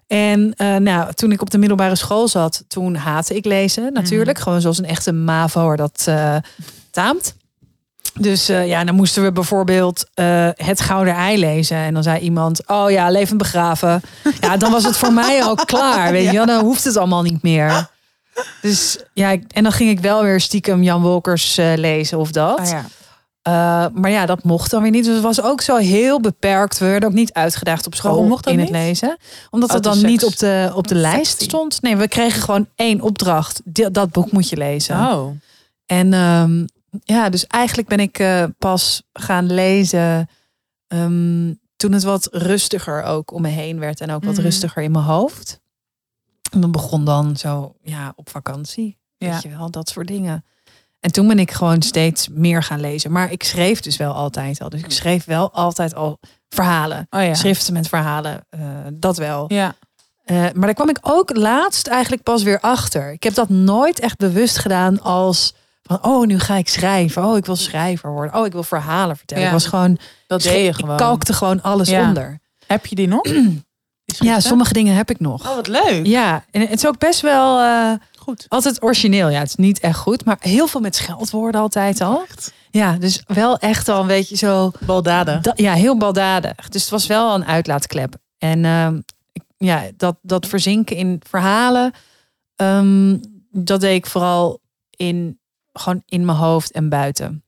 Speaker 1: En eh, nou, toen ik op de middelbare school zat, toen haatte ik lezen natuurlijk. Gewoon zoals een echte MAVO dat eh, taamt. Dus eh, ja, dan moesten we bijvoorbeeld eh, het Gouden Ei lezen. En dan zei iemand, oh ja, levend begraven. Ja, dan was het voor mij al klaar. Weet je wel, dan hoeft het allemaal niet meer. Dus ja, ik- en dan ging ik wel weer stiekem Jan Wolkers eh, lezen of dat.
Speaker 2: Ah, ja.
Speaker 1: Eh, maar ja, dat mocht dan weer niet. Dus het was ook zo heel beperkt. We werden ook niet uitgedaagd op school
Speaker 2: Waarom Oh, mocht dat
Speaker 1: in
Speaker 2: niet?
Speaker 1: het lezen. Omdat dat
Speaker 2: Oh, de
Speaker 1: dan niet
Speaker 2: seks.
Speaker 1: op
Speaker 2: Oh,
Speaker 1: de, op de
Speaker 2: Sexy.
Speaker 1: lijst stond. Nee, we kregen gewoon één opdracht. Di- dat boek moet je lezen.
Speaker 2: Oh.
Speaker 1: En ehm, ja, dus eigenlijk ben ik eh, pas gaan lezen ehm, toen het wat rustiger ook om me heen werd. En ook wat
Speaker 2: Mhm.
Speaker 1: rustiger in mijn hoofd. En dat begon dan zo, ja, op vakantie.
Speaker 2: Ja.
Speaker 1: Weet je wel, dat soort dingen. En toen ben ik gewoon steeds meer gaan lezen. Maar ik schreef dus wel altijd al. Dus ik schreef wel altijd al verhalen.
Speaker 2: Oh Mm. ja.
Speaker 1: Schriften met verhalen, eh, dat wel.
Speaker 2: Ja.
Speaker 1: Eh, maar daar kwam ik ook laatst eigenlijk pas weer achter. Ik heb dat nooit echt bewust gedaan als van... oh, nu ga ik schrijven. Oh, ik wil schrijver worden. Oh, ik wil verhalen vertellen.
Speaker 2: Ja.
Speaker 1: Ik was gewoon...
Speaker 2: Dat deed je
Speaker 1: Ik
Speaker 2: gewoon.
Speaker 1: kalkte gewoon alles
Speaker 2: Ja.
Speaker 1: onder.
Speaker 2: Heb je die nog?
Speaker 1: Ja, sommige dingen heb ik nog.
Speaker 2: Oh, wat leuk.
Speaker 1: Ja, en het is ook best wel... eh,
Speaker 2: Goed.
Speaker 1: altijd origineel. Ja, het is niet echt goed, maar heel veel met scheldwoorden altijd al. Ja, dus wel echt al een beetje zo.
Speaker 2: Baldaden.
Speaker 1: da- ja, heel baldadig. Dus het was wel een uitlaatklep. En ehm, ik- ja, dat, dat verzinken in verhalen, ehm, dat deed ik vooral in, gewoon in mijn hoofd en buiten.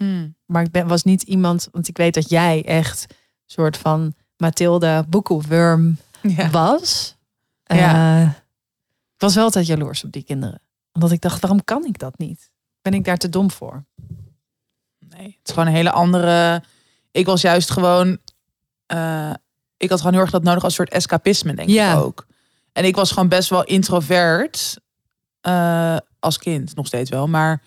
Speaker 2: Mm.
Speaker 1: Maar ik ben, was niet iemand, want ik weet dat jij echt soort van Mathilde boekelworm
Speaker 2: Ja.
Speaker 1: was.
Speaker 2: Ja.
Speaker 1: Eh, ik was wel altijd jaloers op die kinderen. Omdat ik dacht, waarom kan ik dat niet? Ben ik daar te dom voor?
Speaker 2: Nee, het is gewoon een hele andere. Ik was juist gewoon. eh, ik had gewoon heel erg dat nodig als soort escapisme, denk
Speaker 1: Ja.
Speaker 2: ik ook. En ik was gewoon best wel introvert. eh, als kind, nog steeds wel. Maar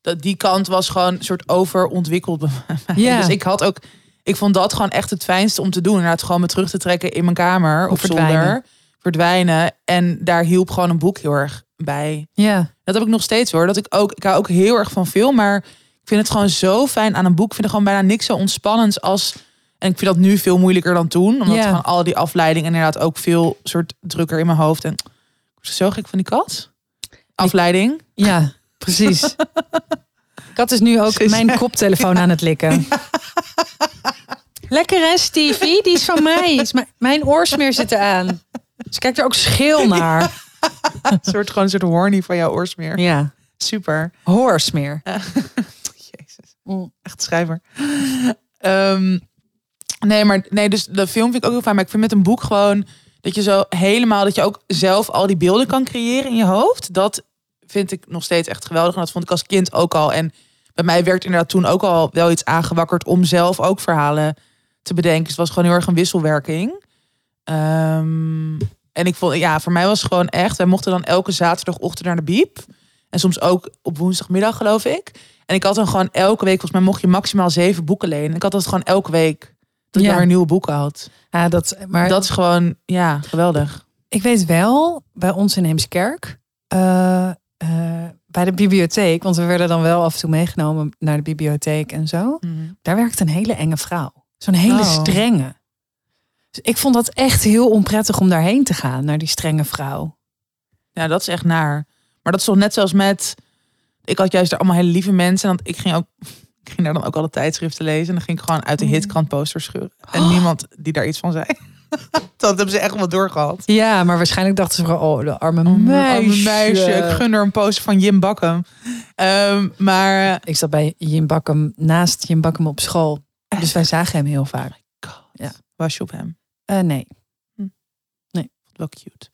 Speaker 2: dat, die kant was gewoon een soort overontwikkeld. bij mij.
Speaker 1: Ja.
Speaker 2: Dus ik had ook. Ik vond dat gewoon echt het fijnste om te doen. Inderdaad, gewoon me terug te trekken in mijn kamer. Of
Speaker 1: verdwijnen.
Speaker 2: zolder. Verdwijnen. En daar hielp gewoon een boek heel erg bij.
Speaker 1: Ja,
Speaker 2: Dat heb ik nog steeds hoor. Dat ik ook, ik hou ook heel erg van film, maar ik vind het gewoon zo fijn aan een boek. Ik vind er gewoon bijna niks zo ontspannends als. En ik vind dat nu veel moeilijker dan toen, omdat
Speaker 1: Ja.
Speaker 2: gewoon al die afleiding en inderdaad ook veel soort drukker in mijn hoofd. En ik was zo gek van die kat. Afleiding.
Speaker 1: ja precies. Kat is nu ook
Speaker 2: Ze is
Speaker 1: mijn koptelefoon aan het likken.
Speaker 3: Lekker hè, Stevie? Die is van mij.
Speaker 1: Is mijn- mijn oorsmeer zit eraan. Ze kijkt er ook scheel naar.
Speaker 2: Een soort gewoon een soort horny van jouw oorsmeer.
Speaker 1: Ja,
Speaker 2: Super.
Speaker 1: hoorsmeer.
Speaker 2: Jezus. Echt schrijver. Ehm, nee, maar nee, dus de film vind ik ook heel fijn. Maar ik vind met een boek gewoon dat je zo helemaal, dat je ook zelf al die beelden kan creëren in je hoofd. Dat vind ik nog steeds echt geweldig. En dat vond ik als kind ook al. En bij mij werd inderdaad toen ook al wel iets aangewakkerd om zelf ook verhalen te bedenken. Dus het was gewoon heel erg een wisselwerking. Ehm, en ik vond, ja, voor mij was het gewoon echt. Wij mochten dan elke zaterdagochtend naar de biep. En soms ook op woensdagmiddag, geloof ik. En ik had dan gewoon elke week, volgens mij mocht je maximaal zeven boeken lenen. Ik had dat gewoon elke week.
Speaker 1: Ja.
Speaker 2: Dat ik dan weer nieuwe boeken had.
Speaker 1: Ja, dat, maar
Speaker 2: Dat is gewoon, ja, geweldig.
Speaker 1: Ik weet wel, bij ons in Heemskerk, eh, eh, bij de bibliotheek, want we werden dan wel af en toe meegenomen naar de bibliotheek en zo.
Speaker 2: Mhm.
Speaker 1: Daar werkte een hele enge vrouw. Zo'n hele
Speaker 2: Oh.
Speaker 1: strenge. Dus ik vond dat echt heel onprettig om daarheen te gaan, naar die strenge vrouw.
Speaker 2: Ja, dat is echt naar. Maar dat is toch net zoals met... Ik had juist daar allemaal hele lieve mensen. En dan, ik, ging ook, ik ging daar dan ook alle tijdschriften lezen. En dan ging ik gewoon uit de
Speaker 1: Mhm.
Speaker 2: hitkrant posters scheuren.
Speaker 1: Oh.
Speaker 2: En niemand die daar iets van zei. dat hebben ze echt wel doorgehad.
Speaker 1: Ja, maar waarschijnlijk dachten ze vooral, oh, de arme
Speaker 2: Meisje.
Speaker 1: meisje.
Speaker 2: meisje. Ik gun er een poster van Jim Bakkum. Ehm, maar... eh,
Speaker 1: Ik zat bij Jim Bakkum, naast Jim Bakkum op school. Dus wij zagen hem heel vaak. Ja.
Speaker 2: Was je op hem?
Speaker 1: Eh, nee.
Speaker 2: Wel cute.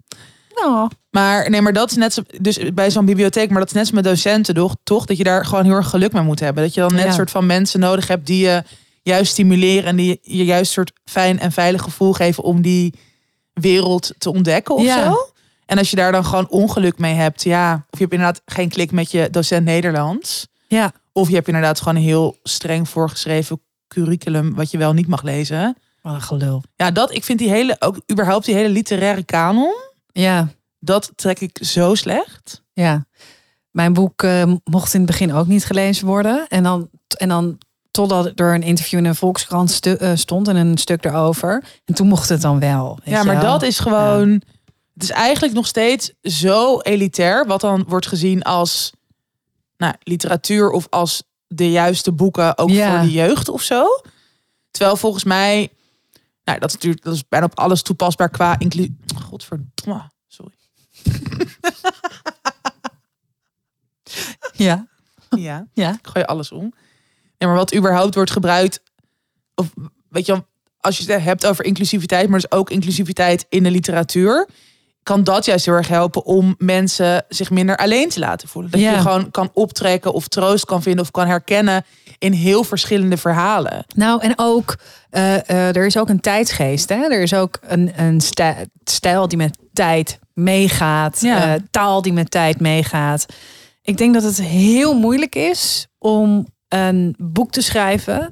Speaker 1: Nou,
Speaker 2: Maar nee, maar dat is net zo, dus bij zo'n bibliotheek, maar dat is net zo met docenten toch, toch dat je daar gewoon heel erg geluk mee moet hebben. Dat je dan net
Speaker 1: Ja.
Speaker 2: een soort van mensen nodig hebt die je juist stimuleren en die je juist een soort fijn en veilig gevoel geven om die wereld te ontdekken of
Speaker 1: Ja.
Speaker 2: zo. En als je daar dan gewoon ongeluk mee hebt, ja, of je hebt inderdaad geen klik met je docent Nederlands,
Speaker 1: ja.
Speaker 2: of je hebt inderdaad gewoon een heel streng voorgeschreven curriculum wat je wel niet mag lezen.
Speaker 1: Wat een gelul.
Speaker 2: Ja, dat ik vind die hele ook überhaupt die hele literaire kanon,
Speaker 1: Ja.
Speaker 2: dat trek ik zo slecht.
Speaker 1: Ja, mijn boek eh, mocht in het begin ook niet gelezen worden. En dan, en dan totdat er een interview in een Volkskrant stu- eh, stond en een stuk erover. En toen mocht het dan wel. weet
Speaker 2: Ja,
Speaker 1: je
Speaker 2: maar
Speaker 1: wel.
Speaker 2: dat is gewoon. Het is eigenlijk nog steeds zo elitair, wat dan wordt gezien als nou, literatuur of als de juiste boeken, ook
Speaker 1: Ja.
Speaker 2: voor de jeugd of zo. Terwijl volgens mij, nou, dat is natuurlijk dat is bijna op alles toepasbaar qua inclusie. Godverdomme, sorry.
Speaker 1: Ja,
Speaker 2: Ja.
Speaker 1: Ja.
Speaker 2: Ik gooi alles om. Ja, maar wat überhaupt wordt gebruikt. Of weet je, wel, als je het hebt over inclusiviteit, maar dus ook inclusiviteit in de literatuur. Kan dat juist heel erg helpen om mensen zich minder alleen te laten voelen. Dat
Speaker 1: Ja.
Speaker 2: je gewoon kan optrekken of troost kan vinden of kan herkennen in heel verschillende verhalen.
Speaker 1: nou en ook, eh, eh, er is ook een tijdsgeest. Hè? Er is ook een, een stij- stijl die met tijd meegaat.
Speaker 2: Ja.
Speaker 1: eh, taal die met tijd meegaat. Ik denk dat het heel moeilijk is om een boek te schrijven.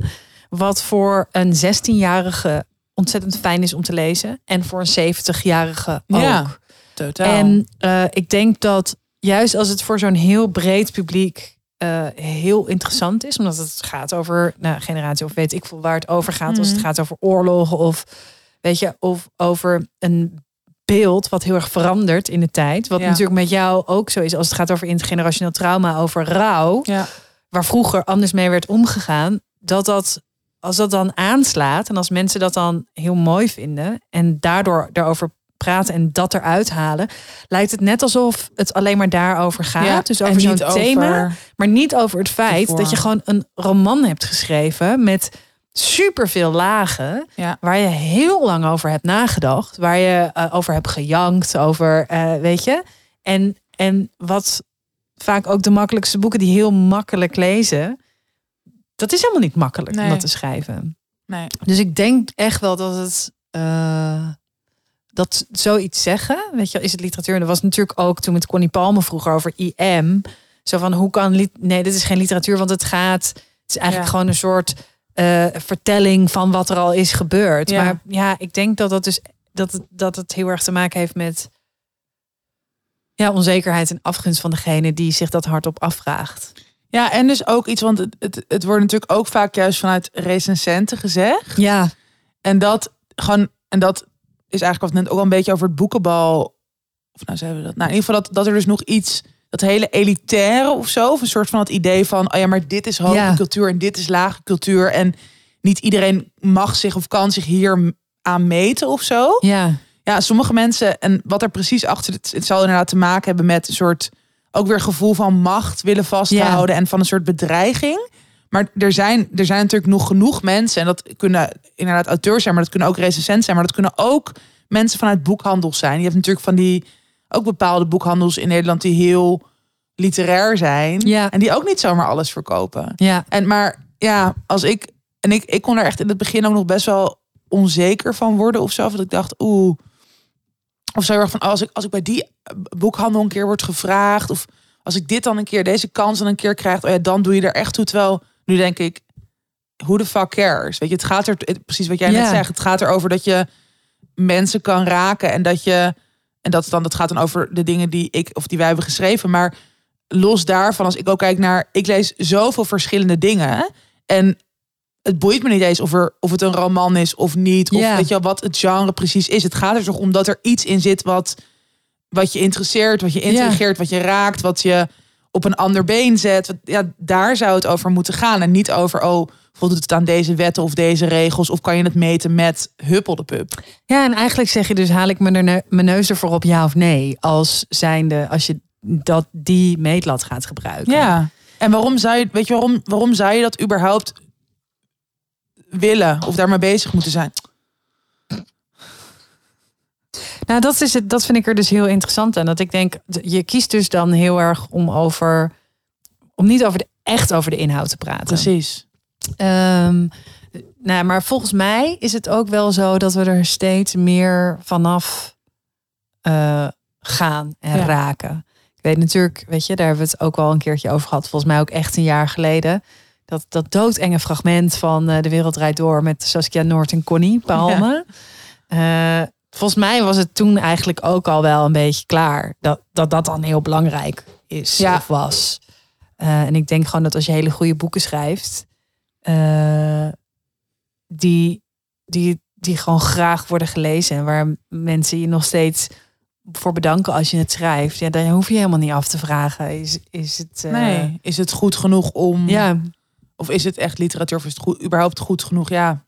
Speaker 1: wat voor een 16-jarige ontzettend fijn is om te lezen. En voor een 70-jarige ook.
Speaker 2: Ja, Totaal.
Speaker 1: en eh, ik denk dat juist als het voor zo'n heel breed publiek eh, heel interessant is. Omdat het gaat over nou, generatie of weet ik veel waar het over gaat. Als het
Speaker 2: Mhm.
Speaker 1: gaat over oorlogen of weet je, of over een beeld wat heel erg verandert in de tijd. Wat
Speaker 2: Ja.
Speaker 1: natuurlijk met jou ook zo is als het gaat over intergenerationeel trauma, over rouw
Speaker 2: ja.
Speaker 1: waar vroeger anders mee werd omgegaan, dat dat als dat dan aanslaat en als mensen dat dan heel mooi vinden en daardoor daarover praten en dat eruit halen, lijkt het net alsof het alleen maar daarover gaat.
Speaker 2: Ja,
Speaker 1: dus
Speaker 2: en
Speaker 1: over zo'n
Speaker 2: niet over-
Speaker 1: thema, maar niet over het feit
Speaker 2: Ervoor.
Speaker 1: dat je gewoon een roman hebt geschreven met superveel lagen
Speaker 2: Ja.
Speaker 1: waar je heel lang over hebt nagedacht, waar je eh, over hebt gejankt, over eh, weet je. En, en wat vaak ook de makkelijkste boeken die heel makkelijk lezen, dat is helemaal niet makkelijk om
Speaker 2: Nee.
Speaker 1: dat te schrijven.
Speaker 2: Nee.
Speaker 1: Dus ik denk echt wel dat het. eh, dat zoiets zeggen, weet je, wel, is het literatuur? En dat was natuurlijk ook toen met Connie Palme vroeger over IM. Zo van hoe kan. Lit nee, dit is geen literatuur, want het gaat. Het is eigenlijk
Speaker 2: Ja.
Speaker 1: gewoon een soort eh, vertelling van wat er al is gebeurd.
Speaker 2: Ja.
Speaker 1: Maar ja, ik denk dat dat dus. Dat het, dat het heel erg te maken heeft met. Ja, onzekerheid en afgunst van degene die zich dat hardop afvraagt.
Speaker 2: ja, en dus ook iets, want het, het, het wordt natuurlijk ook vaak juist vanuit recensenten gezegd.
Speaker 1: Ja,
Speaker 2: En dat gewoon, en dat is eigenlijk wat we net ook al een beetje over het boekenbal. Of nou zeiden we dat. Nou, in ieder geval dat, dat er dus nog iets, dat hele elitaire of zo, of een soort van het idee van, oh ja, maar dit is hoge
Speaker 1: Ja.
Speaker 2: cultuur en dit is lage cultuur. En niet iedereen mag zich of kan zich hier aan meten of zo.
Speaker 1: ja,
Speaker 2: Ja, sommige mensen, en wat er precies achter het, het zal inderdaad te maken hebben met een soort ook weer gevoel van macht willen vasthouden en van een soort bedreiging. Maar er zijn, er zijn natuurlijk nog genoeg mensen, en dat kunnen inderdaad auteurs zijn, maar dat kunnen ook recensenten zijn, maar dat kunnen ook mensen vanuit boekhandels zijn. Je hebt natuurlijk van die ook bepaalde boekhandels in Nederland die heel literair zijn
Speaker 1: Ja.
Speaker 2: en die ook niet zomaar alles verkopen.
Speaker 1: ja,
Speaker 2: En maar ja, als ik en ik, ik kon er echt in het begin ook nog best wel onzeker van worden of zo. Dat ik dacht, oeh, of zo heel erg van als ik als ik bij die eh, boekhandel een keer wordt gevraagd of als ik dit dan een keer deze kans dan een keer krijg, oh ja, dan doe je er echt toe. Terwijl nu denk ik, hoe de fuck cares? Weet je, het gaat er het- precies wat jij net
Speaker 1: Ja.
Speaker 2: zegt. Het gaat erover dat je mensen kan raken en dat je en dat is dan dat gaat dan over de dingen die ik of die wij hebben geschreven, maar los daarvan, als ik ook kijk naar, ik lees zoveel verschillende dingen. En het boeit me niet eens of, er, of het een roman is of niet. Of
Speaker 1: Ja.
Speaker 2: weet je wel, wat het genre precies is. Het gaat er toch om dat er iets in zit wat, wat je interesseert, wat je intrigeert, wat je raakt, wat je op een ander been zet. Wat- Ja, daar zou het over moeten gaan. En niet over, oh, voldoet het aan deze wetten of deze regels? Of kan je het meten met huppel de pup?
Speaker 1: Ja, en eigenlijk zeg je dus haal ik mijn, erne- mijn neus ervoor op ja of nee. Als zijnde, als je dat die meetlat gaat gebruiken.
Speaker 2: Ja. En waarom zou je, weet je, waarom, waarom zou je dat überhaupt willen of daarmee bezig moeten zijn?
Speaker 1: Nou, dat, is het, dat vind ik er dus heel interessant aan. Dat ik denk, d- je kiest dus dan heel erg om over, om niet over de, echt over de inhoud te praten.
Speaker 2: Precies.
Speaker 1: Ehm, nou, maar volgens mij is het ook wel zo dat we er steeds meer vanaf eh, gaan en
Speaker 2: Ja.
Speaker 1: raken. Ik weet natuurlijk, weet je, daar hebben we het ook al een keertje over gehad. Volgens mij ook echt een jaar geleden. Dat, dat doodenge fragment van eh, De Wereld Draait Door met Saskia Noord en Connie Palme. Eh, volgens mij was het toen eigenlijk ook al wel een beetje klaar. Dat dat, dat dan heel belangrijk is
Speaker 2: Ja.
Speaker 1: of was. Eh, en ik denk gewoon dat als je hele goede boeken schrijft, eh, die, die, die gewoon graag worden gelezen en waar mensen je nog steeds voor bedanken als je het schrijft. Ja, dan hoef je helemaal niet af te vragen. Is, is het. eh, Mm.
Speaker 2: Nee. Is het goed genoeg om.
Speaker 1: Ja,
Speaker 2: Of is het echt literatuur? Of is het goed, überhaupt goed genoeg? Ja,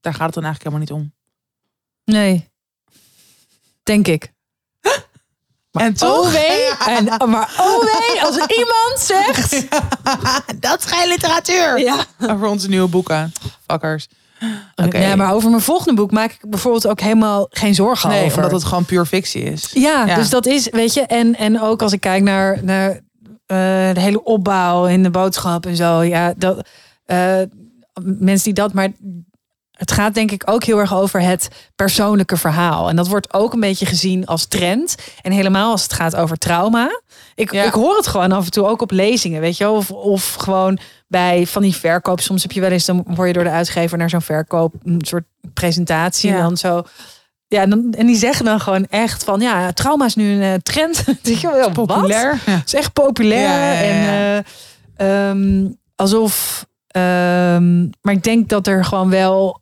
Speaker 2: daar gaat het dan eigenlijk helemaal niet om.
Speaker 1: nee. Denk ik.
Speaker 2: en
Speaker 1: Oh wee. En, maar oh wee, als iemand zegt.
Speaker 2: dat is geen literatuur.
Speaker 1: Ja.
Speaker 2: Over onze nieuwe boeken. Fuckers. Oké.
Speaker 1: Ja, maar over mijn volgende boek maak ik bijvoorbeeld ook helemaal geen zorgen
Speaker 2: Nee,
Speaker 1: over.
Speaker 2: omdat het gewoon puur fictie is.
Speaker 1: Ja,
Speaker 2: Ja.
Speaker 1: dus dat is, weet je, en, en ook als ik kijk naar, naar eh, de hele opbouw en de boodschap en zo, ja, dat eh, mensen die dat, maar het gaat denk ik ook heel erg over het persoonlijke verhaal. En dat wordt ook een beetje gezien als trend. En helemaal als het gaat over trauma. Ik,
Speaker 2: Ja.
Speaker 1: ik hoor het gewoon af en toe ook op lezingen, weet je, wel. of, of gewoon bij van die verkoop. Soms heb je wel eens, dan word je door de uitgever naar zo'n verkoop, een soort presentatie
Speaker 2: Ja.
Speaker 1: en dan zo. Ja, en dan, en die zeggen dan gewoon echt van ja, trauma is nu een eh, trend. Dan denk je wel, wat?
Speaker 2: Populair. Ja.
Speaker 1: Het is echt populair.
Speaker 2: Ja, ja, ja,
Speaker 1: En
Speaker 2: ja.
Speaker 1: eh, ehm, alsof. ehm, maar ik denk dat er gewoon wel.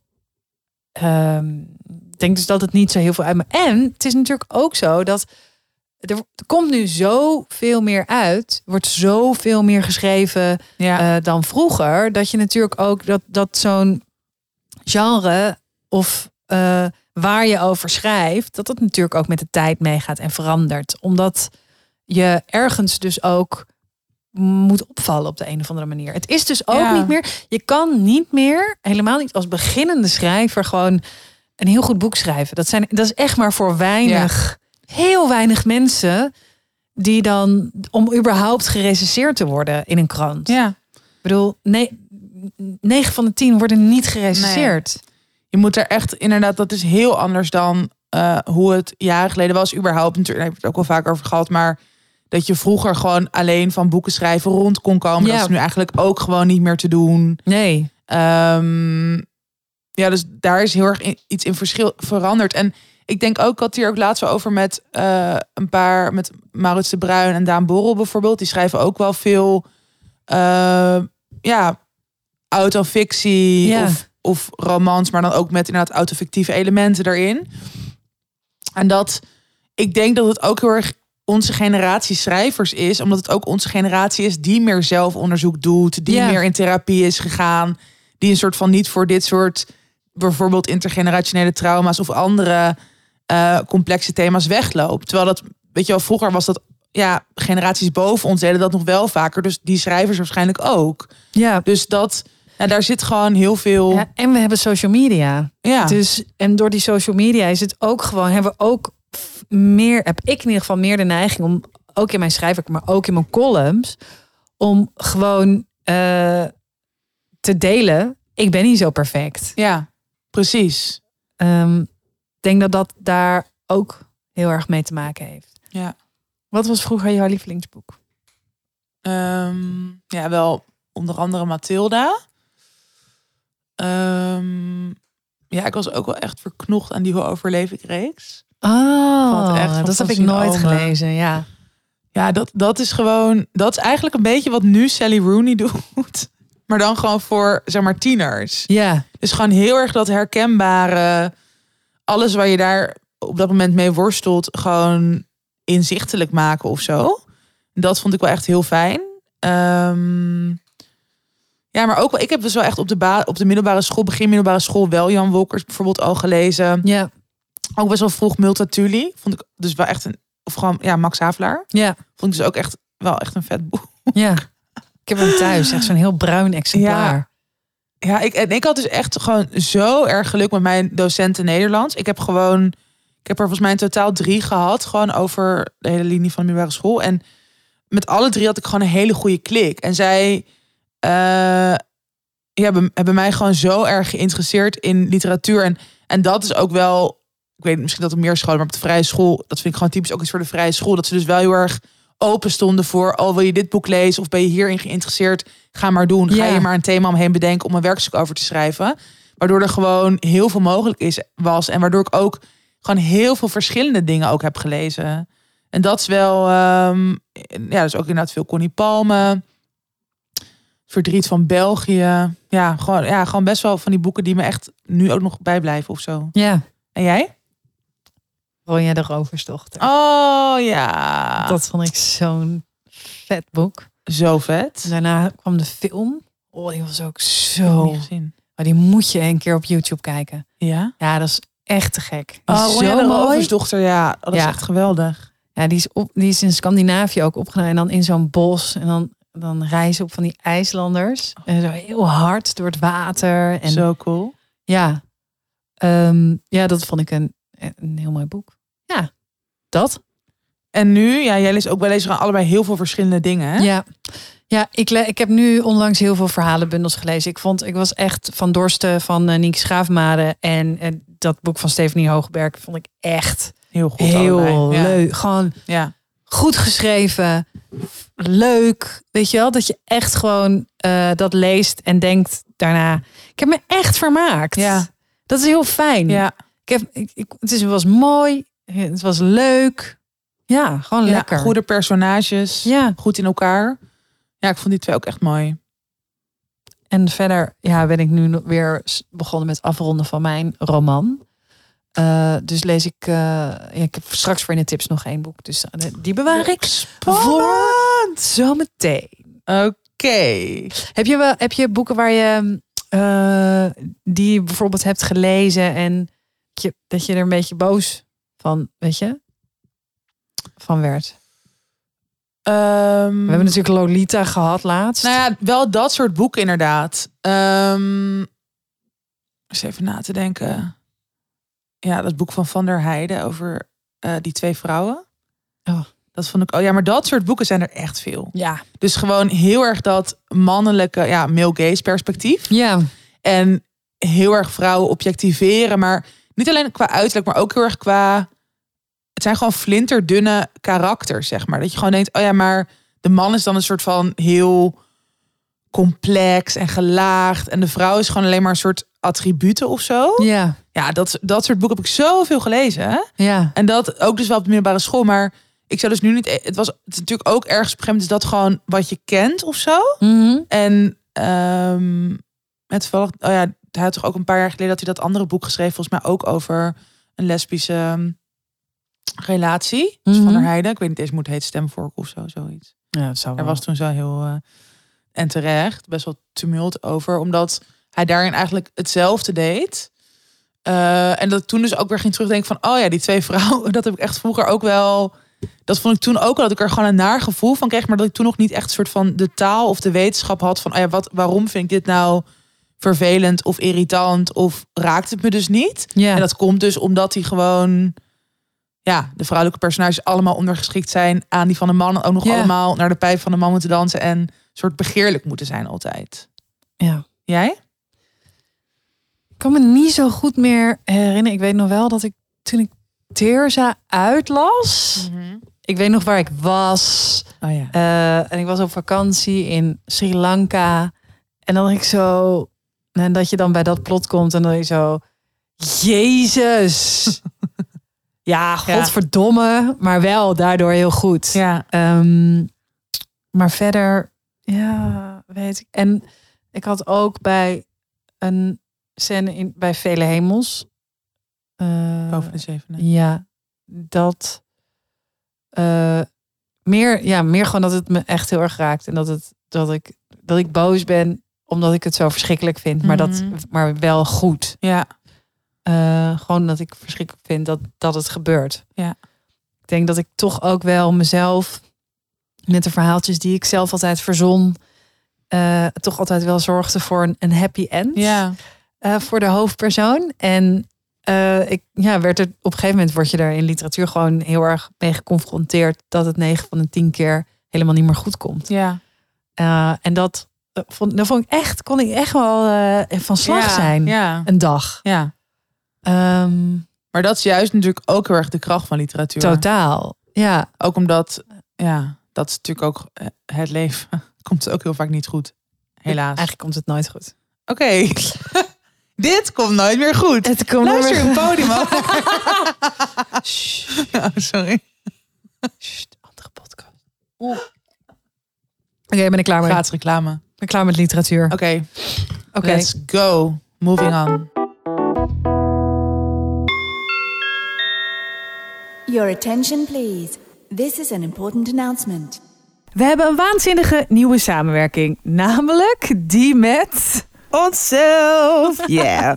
Speaker 1: ehm, ik denk dus dat het niet zo heel veel uit me. En het is natuurlijk ook zo dat. Er er komt nu zoveel meer uit. Er wordt zoveel meer geschreven
Speaker 2: Ja.
Speaker 1: eh, dan vroeger. Dat je natuurlijk ook dat, dat zo'n genre of eh, waar je over schrijft, dat dat natuurlijk ook met de tijd meegaat en verandert. Omdat je ergens dus ook moet opvallen op de een of andere manier. Het is dus ook
Speaker 2: Ja.
Speaker 1: niet meer. Je kan niet meer, helemaal niet als beginnende schrijver, gewoon een heel goed boek schrijven. Dat, zijn, dat is echt maar voor weinig, heel weinig mensen die dan om überhaupt gerecenseerd te worden in een krant.
Speaker 2: Ja.
Speaker 1: Ik bedoel, nee, 9 van de 10 worden niet gerecenseerd.
Speaker 2: Je moet er echt, inderdaad, dat is heel anders dan eh, hoe het jaren geleden was. Überhaupt natuurlijk, daar heb ik het ook wel vaak over gehad. Maar dat je vroeger gewoon alleen van boeken schrijven rond kon komen.
Speaker 1: Ja.
Speaker 2: Dat is nu eigenlijk ook gewoon niet meer te doen.
Speaker 1: Nee.
Speaker 2: Ehm, ja, dus daar is heel erg in- iets in verschil veranderd. En ik denk ook, ik had het hier ook laatst wel over met eh, een paar, met Maurits de Bruin en Daan Borrel bijvoorbeeld. Die schrijven ook wel veel, eh, ja, autofictie
Speaker 1: Ja.
Speaker 2: of, of romans, maar dan ook met inderdaad autofictieve elementen erin. En dat, ik denk dat het ook heel erg onze generatie schrijvers is, omdat het ook onze generatie is die meer zelfonderzoek doet, die
Speaker 1: Ja.
Speaker 2: meer in therapie is gegaan, die een soort van niet voor dit soort bijvoorbeeld intergenerationele trauma's of andere eh, complexe thema's wegloopt. Terwijl dat, weet je wel, vroeger was dat, ja, generaties boven ons deden dat nog wel vaker, dus die schrijvers waarschijnlijk ook.
Speaker 1: Ja.
Speaker 2: Dus dat, ja, daar zit gewoon heel veel, ja.
Speaker 1: Ja, en we hebben social media. Dus, en door die social media is het ook gewoon, hebben we ook f- meer, heb ik in ieder geval meer de neiging om, ook in mijn schrijfwerk, maar ook in mijn columns, om gewoon eh, te delen. Ik ben niet zo perfect.
Speaker 2: ja, precies.
Speaker 1: Ehm, Ik denk dat dat daar ook heel erg mee te maken heeft.
Speaker 2: Ja.
Speaker 1: Wat was vroeger jouw lievelingsboek?
Speaker 2: Ehm, ja, wel onder andere Mathilda. Ehm, ja, ik was ook wel echt verknocht aan die Hoe overleef ik reeks. Valt echt
Speaker 1: Oh,
Speaker 2: van
Speaker 1: dat heb ik
Speaker 2: Francine
Speaker 1: nooit
Speaker 2: Omen.
Speaker 1: gelezen. Ja.
Speaker 2: Ja, dat, dat is gewoon... Dat is eigenlijk een beetje wat nu Sally Rooney doet. Maar dan gewoon voor, zeg maar, tieners.
Speaker 1: Ja.
Speaker 2: Dus gewoon heel erg dat herkenbare... Alles waar je daar op dat moment mee worstelt... gewoon inzichtelijk maken of zo. Dat vond ik wel echt heel fijn. Ehm, ja, maar ook wel... Ik heb dus wel echt op de, ba- op de middelbare school... begin middelbare school wel Jan Wolkers bijvoorbeeld al gelezen.
Speaker 1: Ja.
Speaker 2: Ook best wel vroeg Multatuli. Vond ik dus wel echt een... Of gewoon, ja, Max Havelaar.
Speaker 1: Ja.
Speaker 2: Vond ik dus ook echt wel echt een vet boek.
Speaker 1: Ja. Ik heb hem thuis. Echt zo'n heel bruin exemplaar.
Speaker 2: Ja, ik, en ik had dus echt gewoon zo erg geluk met mijn docenten Nederlands. Ik heb gewoon, ik heb er volgens mij in totaal drie gehad. Gewoon over de hele linie van de middelbare school. En met alle drie had ik gewoon een hele goede klik. En zij eh, ja, hebben, hebben mij gewoon zo erg geïnteresseerd in literatuur. En, en dat is ook wel, ik weet niet, misschien dat op meer scholen, maar op de vrije school, dat vind ik gewoon typisch ook iets voor de vrije school. Dat ze dus wel heel erg open stonden voor, oh wil je dit boek lezen of ben je hierin geïnteresseerd? Ga maar doen. Ga
Speaker 1: Ja.
Speaker 2: je maar een thema omheen bedenken om een werkstuk over te schrijven. Waardoor er gewoon heel veel mogelijk is, was. En waardoor ik ook gewoon heel veel verschillende dingen ook heb gelezen. En dat is wel, ehm, ja, dus ook inderdaad veel Connie Palme. Verdriet van België. Ja gewoon, ja, gewoon best wel van die boeken die me echt nu ook nog bijblijven of zo.
Speaker 1: Ja.
Speaker 2: En jij?
Speaker 1: Ronja de Roversdochter.
Speaker 2: Oh ja.
Speaker 1: Ah, Dat vond ik zo'n vet boek.
Speaker 2: Zo vet.
Speaker 1: En daarna kwam de film. Oh, die was ook
Speaker 2: Heb ik
Speaker 1: zo.
Speaker 2: niet gezien.
Speaker 1: Maar die moet je een keer op YouTube kijken.
Speaker 2: Ja.
Speaker 1: Ja, dat is echt te gek. Die
Speaker 2: Oh,
Speaker 1: is
Speaker 2: Ronja
Speaker 1: zo
Speaker 2: de
Speaker 1: mooi.
Speaker 2: Roversdochter, ja. Oh, dat is
Speaker 1: Ja.
Speaker 2: echt geweldig.
Speaker 1: Ja, die is, op, die is in Scandinavië ook opgenomen. En dan in zo'n bos. En dan, dan reizen op van die IJslanders. En zo heel hard door het water. En
Speaker 2: Zo cool.
Speaker 1: Ja. Ehm, ja, dat vond ik een, een heel mooi boek. Ja. Dat?
Speaker 2: En nu, ja, jij leest ook bij lezen allebei heel veel verschillende dingen. Hè?
Speaker 1: Ja. Ja, ik, le- ik heb nu onlangs heel veel verhalenbundels gelezen. Ik vond, ik was echt van Dorsten van eh Nienke Schaafmade. En eh, dat boek van Stephanie Hoogberg vond ik echt
Speaker 2: Heel goed.
Speaker 1: heel
Speaker 2: allebei. Ja.
Speaker 1: leuk. Gewoon
Speaker 2: Ja.
Speaker 1: goed geschreven, leuk. Weet je wel, dat je echt gewoon eh, dat leest en denkt daarna... Ik heb me echt vermaakt.
Speaker 2: Ja.
Speaker 1: Dat is heel fijn.
Speaker 2: ja.
Speaker 1: Ik heb, ik, ik- het is, het was mooi, het was leuk. Ja, gewoon
Speaker 2: Ja,
Speaker 1: lekker.
Speaker 2: Goede personages.
Speaker 1: Ja,
Speaker 2: Goed in elkaar. Ja, ik vond die twee ook echt mooi.
Speaker 1: en verder ja, ben ik nu nog weer s- begonnen met afronden van mijn roman. Eh, dus lees ik, eh, ja, ik heb straks voor in de tips nog één boek. Dus eh, die bewaar ik
Speaker 2: Spannend!
Speaker 1: zometeen.
Speaker 2: Oké.
Speaker 1: Heb je, wel, heb je boeken waar je, eh, die je bijvoorbeeld hebt gelezen en je, dat je er een beetje boos van, weet je, van werd.
Speaker 2: Ehm,
Speaker 1: We hebben natuurlijk Lolita gehad laatst.
Speaker 2: Nou ja, wel dat soort boeken inderdaad. Ehm, eens even na te denken. Ja, dat boek van Van der Heijden over eh, die twee vrouwen.
Speaker 1: Oh.
Speaker 2: Dat vond ik. Oh ja, maar dat soort boeken zijn er echt veel.
Speaker 1: ja.
Speaker 2: Dus gewoon heel erg dat mannelijke, ja, male gaze perspectief.
Speaker 1: Ja.
Speaker 2: En heel erg vrouwen objectiveren. Maar niet alleen qua uiterlijk, maar ook heel erg qua. Het zijn gewoon flinterdunne karakters, zeg maar. Dat je gewoon denkt, oh ja, maar de man is dan een soort van heel complex en gelaagd. En de vrouw is gewoon alleen maar een soort attributen of zo.
Speaker 1: Ja.
Speaker 2: Ja, dat, dat soort boeken heb ik zoveel gelezen. Hè?
Speaker 1: Ja.
Speaker 2: En dat ook dus wel op de middelbare school. Maar ik zou dus nu niet... Het, was, het is natuurlijk ook ergens op een gegeven moment is dat gewoon wat je kent of zo.
Speaker 1: Mhm.
Speaker 2: En ehm met toevallig, oh ja, hij had toch ook een paar jaar geleden dat hij dat andere boek geschreven, volgens mij ook over een lesbische ehm, relatie. Dus
Speaker 1: Mhm.
Speaker 2: Van der Heijden, ik weet niet eens hoe het heet, stemvork of zo, zoiets.
Speaker 1: Ja, dat zou
Speaker 2: Er
Speaker 1: wel.
Speaker 2: was toen zo heel, eh, en terecht, best wel tumult over, omdat hij daarin eigenlijk hetzelfde deed. Eh, en dat ik toen dus ook weer ging terugdenken van, oh ja, die twee vrouwen, dat heb ik echt vroeger ook wel, dat vond ik toen ook al, dat ik er gewoon een naar gevoel van kreeg, maar dat ik toen nog niet echt een soort van de taal of de wetenschap had van, oh ja, wat, waarom vind ik dit nou vervelend of irritant of raakt het me dus niet?
Speaker 1: ja.
Speaker 2: En dat komt dus omdat die gewoon... Ja, de vrouwelijke personages allemaal ondergeschikt zijn aan die van de man. En ook nog
Speaker 1: Ja.
Speaker 2: allemaal naar de pijp van de man moeten dansen. En een soort begeerlijk moeten zijn altijd.
Speaker 1: ja.
Speaker 2: Jij?
Speaker 1: Ik kan me niet zo goed meer herinneren. Ik weet nog wel dat ik toen ik Teerza uitlas. Ik weet nog waar ik was.
Speaker 2: Oh ja.
Speaker 1: Eh, en ik was op vakantie in Sri Lanka. En dan ik zo. En dat je dan bij dat plot komt en dan je zo. Jezus! ja, godverdomme. Maar wel daardoor heel goed.
Speaker 2: Ja.
Speaker 1: Ehm, maar verder, ja, weet ik. En ik had ook bij een scène in, bij Vele Hemels. eh,
Speaker 2: Boven de zevende.
Speaker 1: ja, dat eh, meer, ja, meer gewoon dat het me echt heel erg raakt en dat het dat ik dat ik boos ben omdat ik het zo verschrikkelijk vind, maar
Speaker 2: Mhm.
Speaker 1: dat maar wel goed.
Speaker 2: Ja.
Speaker 1: Eh, gewoon dat ik verschrikkelijk vind dat dat het gebeurt.
Speaker 2: Ja.
Speaker 1: Ik denk dat ik toch ook wel mezelf met de verhaaltjes die ik zelf altijd verzon, eh, toch altijd wel zorgde voor een, een happy end
Speaker 2: Ja.
Speaker 1: eh, voor de hoofdpersoon. En eh, ik ja, werd er, op een gegeven moment word je daar in literatuur gewoon heel erg mee geconfronteerd dat het 9 van de 10 keer helemaal niet meer goed komt.
Speaker 2: Ja.
Speaker 1: Eh, en dat, eh, vond, dat vond ik echt, kon ik echt wel eh, van slag
Speaker 2: Ja.
Speaker 1: zijn.
Speaker 2: Ja.
Speaker 1: Een dag.
Speaker 2: ja.
Speaker 1: Ehm,
Speaker 2: Maar dat is juist natuurlijk ook heel erg de kracht van literatuur.
Speaker 1: totaal. Ja,
Speaker 2: Ook omdat, ja, dat is natuurlijk ook eh, het leven. Komt ook heel vaak niet goed. Helaas. Oké.
Speaker 1: eigenlijk komt het nooit goed.
Speaker 2: Dit komt nooit meer goed.
Speaker 1: Het komt
Speaker 2: Luister
Speaker 1: nooit
Speaker 2: een
Speaker 1: meer-
Speaker 2: podium.
Speaker 1: Sst,
Speaker 2: Oh, sorry.
Speaker 1: sst, andere podcast. Oeh. Oké, ben ik klaar mee.
Speaker 2: Gratis reclame. Oké,
Speaker 1: Ik ben klaar met literatuur. Oké.
Speaker 2: let's go. Moving on.
Speaker 4: Your attention, please. This is an important announcement.
Speaker 1: We hebben een waanzinnige nieuwe samenwerking. Namelijk die met...
Speaker 5: onszelf. Yeah.